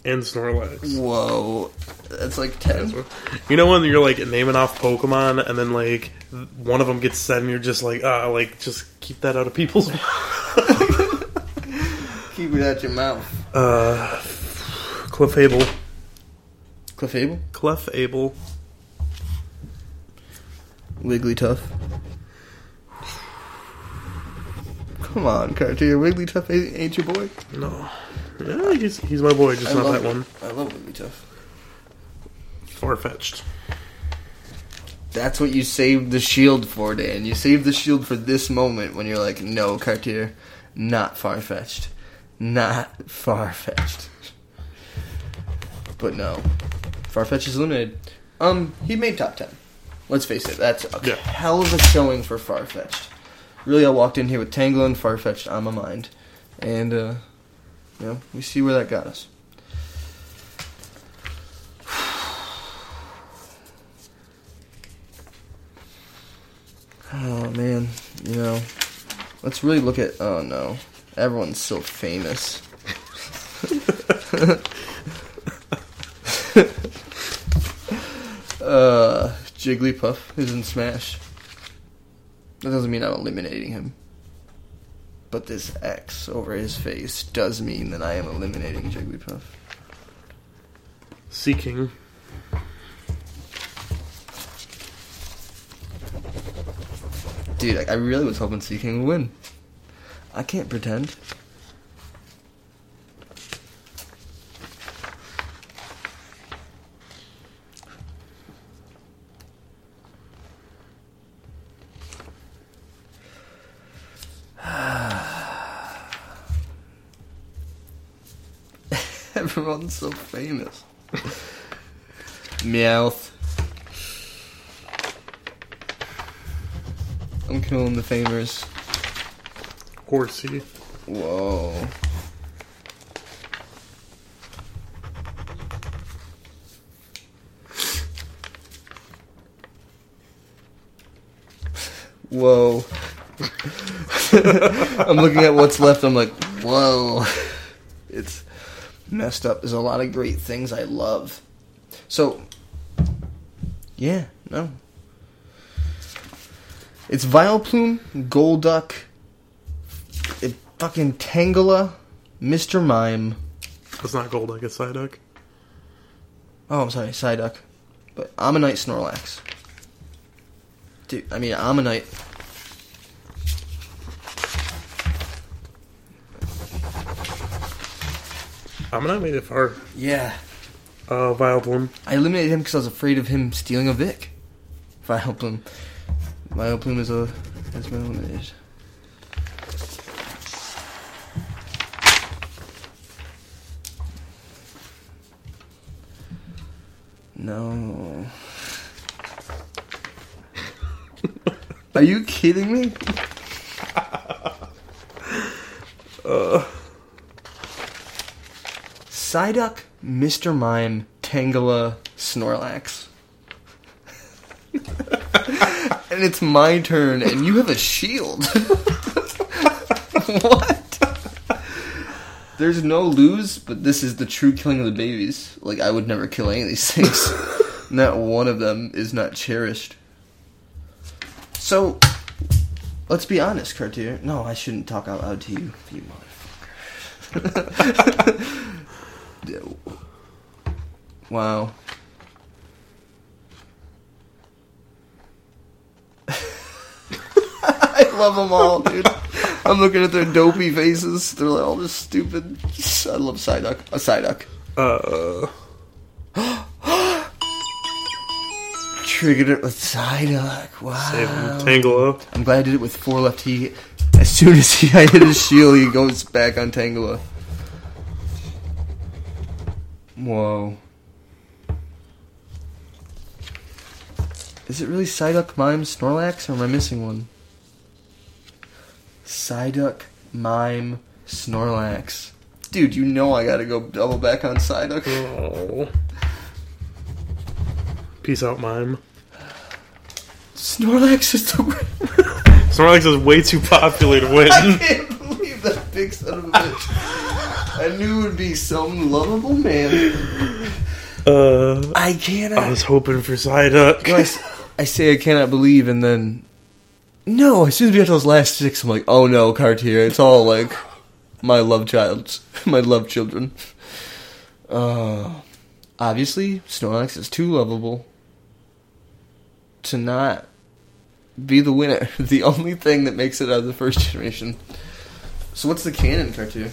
[SPEAKER 2] And Snorlax.
[SPEAKER 1] Whoa. That's like ten.
[SPEAKER 2] You know when you're like naming off Pokemon and then like one of them gets said and you're just like ah like just keep that out of people's
[SPEAKER 1] Keep it out your mouth.
[SPEAKER 2] uh Clefable
[SPEAKER 1] Clefable.
[SPEAKER 2] Clefable
[SPEAKER 1] Wigglytuff. Come on, Cartier. Wigglytuff ain't ain't your boy.
[SPEAKER 2] no yeah he's he's my boy just
[SPEAKER 1] I
[SPEAKER 2] not
[SPEAKER 1] love
[SPEAKER 2] that
[SPEAKER 1] it.
[SPEAKER 2] one
[SPEAKER 1] I love Wigglytuff.
[SPEAKER 2] far fetched
[SPEAKER 1] That's what you saved the shield for, Dan. You saved the shield for this moment when you're like, no, Cartier, not far fetched. Not far fetched. But no. Far fetched is limited. Um, he made top 10. Let's face it, that's a
[SPEAKER 2] Yeah.
[SPEAKER 1] hell of a showing for far fetched. Really, I walked in here with Tangle and far fetched on my mind. And, uh, you know, we see where that got us. Oh man, you know, let's really look at. Oh no, everyone's so famous. uh, Jigglypuff is in Smash. That doesn't mean I'm eliminating him, but this X over his face does mean that I am eliminating Jigglypuff.
[SPEAKER 2] seeking
[SPEAKER 1] Dude, like, I really was hoping Seeking would win. I can't pretend. Everyone's so famous. Meowth. I'm killing the famers.
[SPEAKER 2] horsey
[SPEAKER 1] Whoa. Whoa. I'm looking at what's left, I'm like, whoa. It's messed up. There's a lot of great things I love. So, yeah, no. It's Vileplume, Golduck, it fucking Tangela, Mr. Mime.
[SPEAKER 2] it's not gold like a Psyduck
[SPEAKER 1] Oh, I'm sorry, Psyduck. But Ammonite Snorlax. Dude, I mean, Ammonite.
[SPEAKER 2] I'm not made it far.
[SPEAKER 1] Yeah.
[SPEAKER 2] Uh, Vileplume.
[SPEAKER 1] I eliminated him because I was afraid of him stealing a Vic. Vileplume. Vileplume is a has been eliminated. No. Are you kidding me? Psyduck, Mr. Mime, Tangela, Snorlax. and it's my turn, and you have a shield. what? There's no lose, but this is the true killing of the babies. Like, I would never kill any of these things. not one of them is not cherished. So, let's be honest, Cartier. No, I shouldn't talk out loud to you, you motherfucker. Wow. I love them all, dude. I'm looking at their dopey faces. They're like all just stupid. I love Psyduck. A Psyduck.
[SPEAKER 2] Uh,
[SPEAKER 1] Triggered it with Psyduck. Wow.
[SPEAKER 2] save him.
[SPEAKER 1] Oh.
[SPEAKER 2] Tangela.
[SPEAKER 1] I'm glad I did it with four left. He, as soon as he I hit his shield, he goes back on Tangela. Whoa. Is it really Psyduck, Mime, Snorlax, or am I missing one? Psyduck, Mime, Snorlax. Dude, you know I gotta go double back on Psyduck.
[SPEAKER 2] Oh. Peace out, mime.
[SPEAKER 1] Snorlax is the worst.
[SPEAKER 2] Snorlax is way too popular to
[SPEAKER 1] I
[SPEAKER 2] win.
[SPEAKER 1] can't believe that big son of a bitch. I knew it would be some lovable man.
[SPEAKER 2] Uh,
[SPEAKER 1] I
[SPEAKER 2] I
[SPEAKER 1] cannot.
[SPEAKER 2] was hoping for Psyduck.
[SPEAKER 1] I, s- I say I cannot believe, and then no. As soon as we got to those last six, I'm like, oh no, Cartier. It's all like my love child's, my love children. Uh, obviously, Snorlax is too lovable to not be the winner. The only thing that makes it out of the first generation. So what's the canon, Cartier?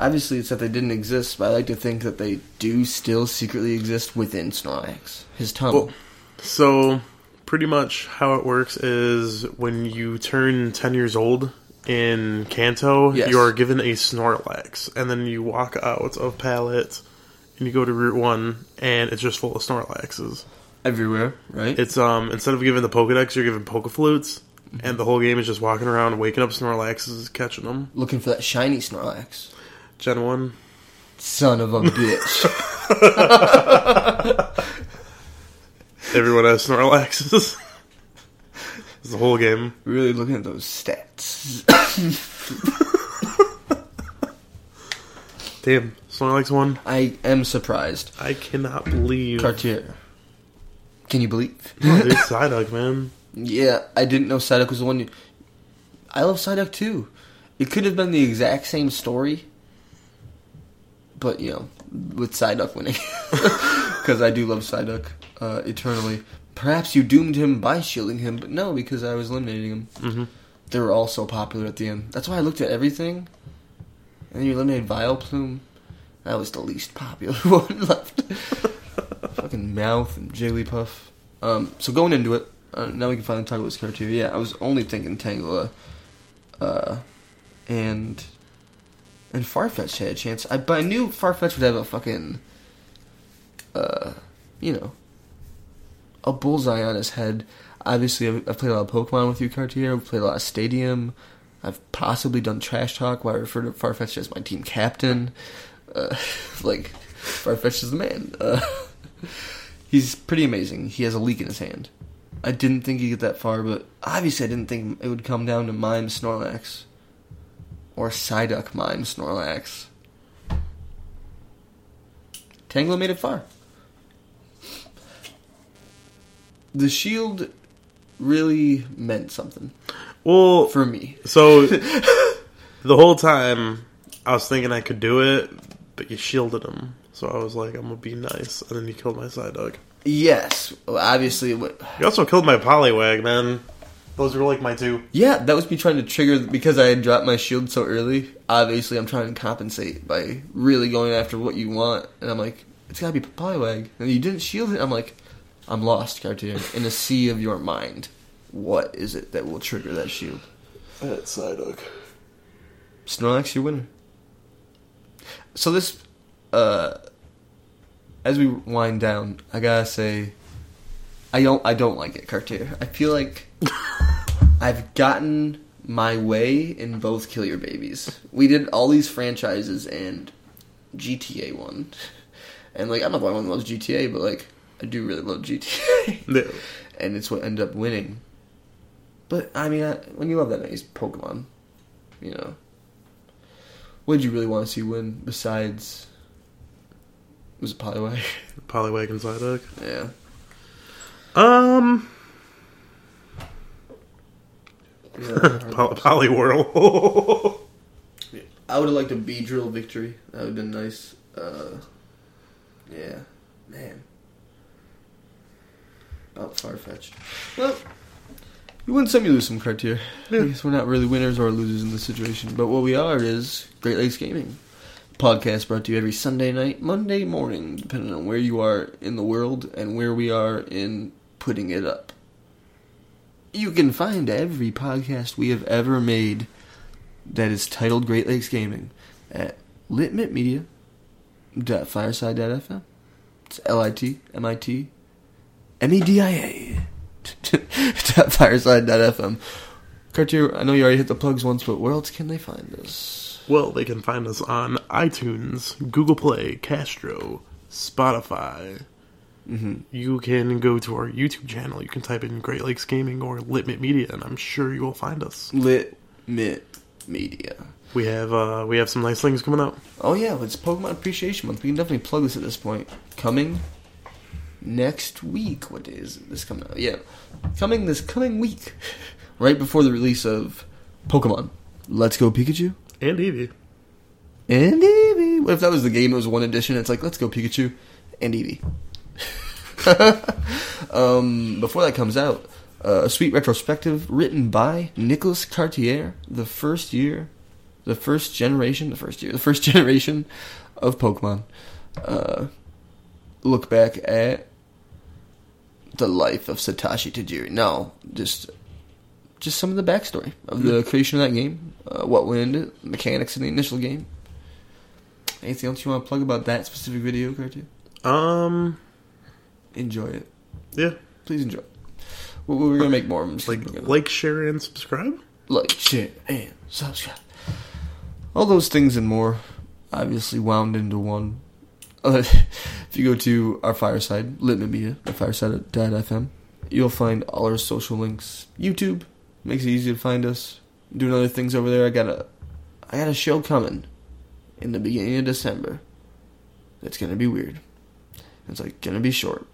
[SPEAKER 1] Obviously, it's that they didn't exist, but I like to think that they do still secretly exist within Snorlax. His tunnel.
[SPEAKER 2] Well- So, pretty much how it works is when you turn 10 years old in Kanto,
[SPEAKER 1] Yes.
[SPEAKER 2] you are given a Snorlax. And then you walk out of Palette and you go to Route 1, and it's just full of Snorlaxes.
[SPEAKER 1] everywhere, right?
[SPEAKER 2] It's, um, instead of giving the Pokedex, you're given Pokeflutes. And the whole game is just walking around, waking up Snorlaxes, catching them.
[SPEAKER 1] Looking for that shiny Snorlax.
[SPEAKER 2] Gen 1.
[SPEAKER 1] Son of a bitch.
[SPEAKER 2] Everyone has Snorlaxes. it's the whole game.
[SPEAKER 1] really looking at those stats.
[SPEAKER 2] Damn, Snorlax won.
[SPEAKER 1] I am surprised.
[SPEAKER 2] I cannot believe.
[SPEAKER 1] Cartier. Can you believe?
[SPEAKER 2] Oh, dude, Psyduck, man.
[SPEAKER 1] yeah, I didn't know Psyduck was the one. You... I love Psyduck too. It could have been the exact same story, but you know, with Psyduck winning. Because I do love Psyduck uh, eternally. Perhaps you doomed him by shielding him, but no, because I was eliminating him.
[SPEAKER 2] Mm-hmm.
[SPEAKER 1] they were all so popular at the end. That's why I looked at everything. And then you eliminated Vileplume. That was the least popular one left. Fucking Mouth and Jigglypuff. Um, so going into it, uh, now we can finally talk about this cartoon. Yeah, I was only thinking Tangela. Uh, and and Farfetch had a chance. I, but I knew Farfetch would have a fucking, uh, you know, a bullseye on his head. Obviously, I've, I've played a lot of Pokemon with you, Cartier. I've played a lot of Stadium. I've possibly done Trash Talk, where I refer to Farfetch as my team captain. Uh, like, Farfetch is the man. Uh, he's pretty amazing. He has a leak in his hand. I didn't think he'd get that far, but obviously, I didn't think it would come down to Mime Snorlax. Or Psyduck Mime Snorlax. Tangela made it far. The shield really meant something
[SPEAKER 2] Well,
[SPEAKER 1] for me.
[SPEAKER 2] so the whole time I was thinking I could do it, but you shielded him. So I was like, I'm gonna be nice, and then you killed my Psyduck.
[SPEAKER 1] Yes, well, obviously. What,
[SPEAKER 2] You also killed my Poliwag, man. Those were like my two.
[SPEAKER 1] Yeah, that was me trying to trigger because I had dropped my shield so early. Obviously, I'm trying to compensate by really going after what you want, and I'm like, it's gotta be Poliwag. And you didn't shield it. I'm like, I'm lost, Cartier, in a sea of your mind. What is it that will trigger that shield?
[SPEAKER 2] That's Psyduck.
[SPEAKER 1] Snorlax, your winner. So this, uh, as we wind down, I gotta say, I don't, I don't like it, Cartier. I feel like I've gotten my way in both Kill Your Babies. We did all these franchises and GTA one, and like I don't know if everyone loves GTA, but like I do really love GTA,
[SPEAKER 2] Yeah.
[SPEAKER 1] and it's what ended up winning. But I mean, I, when you love that many Pokemon, you know, what did you really want to see win besides? Was it Poliwag?
[SPEAKER 2] Poliwag and Psyduck.
[SPEAKER 1] yeah.
[SPEAKER 2] Um,
[SPEAKER 1] yeah.
[SPEAKER 2] Poly- Poliwhirl.
[SPEAKER 1] I would have liked a B drill victory. That would have been nice. Uh, yeah, man. About far fetched. Well, you win some, you lose some, Cartier. I guess we're not really winners or losers in this situation, but what we are is Great Lakes Gaming. Podcast brought to you every Sunday night, Monday morning, depending on where you are in the world and where we are in putting it up. You can find every podcast we have ever made that is titled Great Lakes Gaming at litmitmedia.fireside.fm. It's L I T M I T M E D I A dot fireside.fm. Cartier, I know you already hit the plugs once, but where else can they find us?
[SPEAKER 2] well, they can find us on iTunes, Google Play, Castro, Spotify.
[SPEAKER 1] Mm-hmm.
[SPEAKER 2] You can go to our YouTube channel. You can type in Great Lakes Gaming or Litmit Media, and I'm sure you will find us.
[SPEAKER 1] Lit Mit Media.
[SPEAKER 2] We have uh, we have some nice things coming out.
[SPEAKER 1] Oh yeah, it's Pokemon Appreciation Month. We can definitely plug this at this point. Coming next week. What day is this coming out? Yeah, coming this coming week, right before the release of Pokemon. Let's go Pikachu
[SPEAKER 2] And Evie.
[SPEAKER 1] and Eevee. What if that was the game? It was one edition. It's like Let's go Pikachu and Eevee. um, before that comes out, uh, a sweet retrospective written by Nicolas Cartier, the first year, the first generation, the first year, the first generation of Pokemon. Uh, look back at the life of Satoshi Tajiri. No, just just some of the backstory of the creation of that game, uh, what went into it, mechanics in the initial game. Anything else you want to plug about that specific video, Cartier?
[SPEAKER 2] Um,
[SPEAKER 1] Enjoy it
[SPEAKER 2] yeah,
[SPEAKER 1] please enjoy. We're, we're gonna make more. of them.
[SPEAKER 2] like
[SPEAKER 1] We're gonna-
[SPEAKER 2] like, share, and subscribe.
[SPEAKER 1] like, share, and subscribe. All those things and more, obviously wound into one. Uh, if you go to our fireside, Litman Media, the fireside.fm, you'll find all our social links. YouTube makes it easy to find us. Doing other things over there. I got a, I got a show coming, in the beginning of December. That's gonna be weird. It's like gonna be short.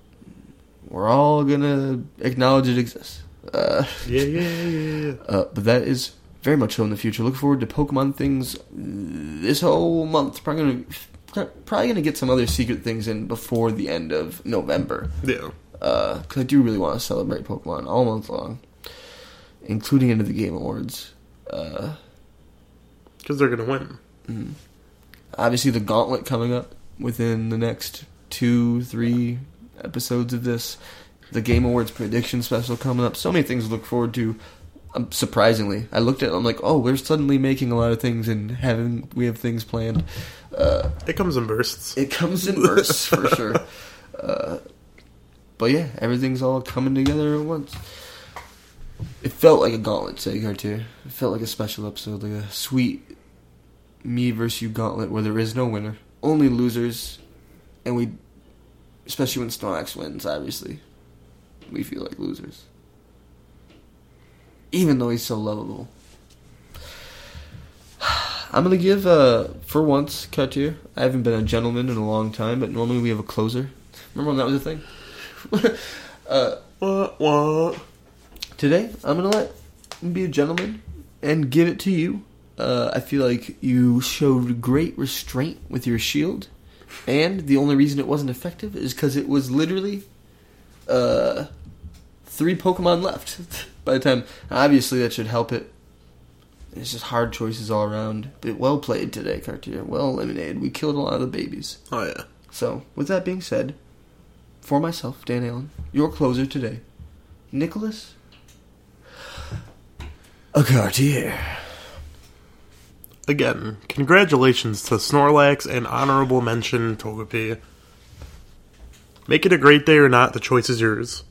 [SPEAKER 1] We're all gonna acknowledge it exists. Uh,
[SPEAKER 2] Yeah, yeah, yeah, yeah. yeah.
[SPEAKER 1] uh, but that is very much so in the future. Look forward to Pokemon things uh, this whole month. Probably gonna probably gonna get some other secret things in before the end of November
[SPEAKER 2] yeah.
[SPEAKER 1] because I do really want to celebrate Pokemon all month long, including into the Game Awards. Uh,
[SPEAKER 2] Because they're gonna win.
[SPEAKER 1] Mm-hmm. obviously, the Gauntlet coming up within the next two, three episodes of this. The Game Awards prediction special coming up. So many things to look forward to. Um, surprisingly, I looked at. it, I'm like, oh, we're suddenly making a lot of things and having we have things planned. Uh,
[SPEAKER 2] It comes in bursts.
[SPEAKER 1] it comes in bursts for sure. Uh, but yeah, everything's all coming together at once. It felt like a gauntlet, say Cartier. It felt like a special episode, like a sweet me versus you gauntlet where there is no winner, only losers, and we, especially when Snorlax wins, obviously, we feel like losers. Even though he's so lovable. I'm gonna give uh for once Cartier. I haven't been a gentleman in a long time, but normally we have a closer. Remember when that was a thing? uh,
[SPEAKER 2] What? What?
[SPEAKER 1] today I'm gonna let be a gentleman and give it to you. Uh, I feel like you showed great restraint with your shield, and the only reason it wasn't effective is because it was literally uh, three Pokemon left. By the time, obviously, that should help it. It's just hard choices all around. But well played today, Cartier. Well eliminated. We killed a lot of the babies.
[SPEAKER 2] Oh yeah.
[SPEAKER 1] So, with that being said, for myself, Dan Allen, your closer today, Nicholas. A Cartier.
[SPEAKER 2] Again, congratulations to Snorlax and honorable mention Togepi. Make it a great day or not, the choice is yours.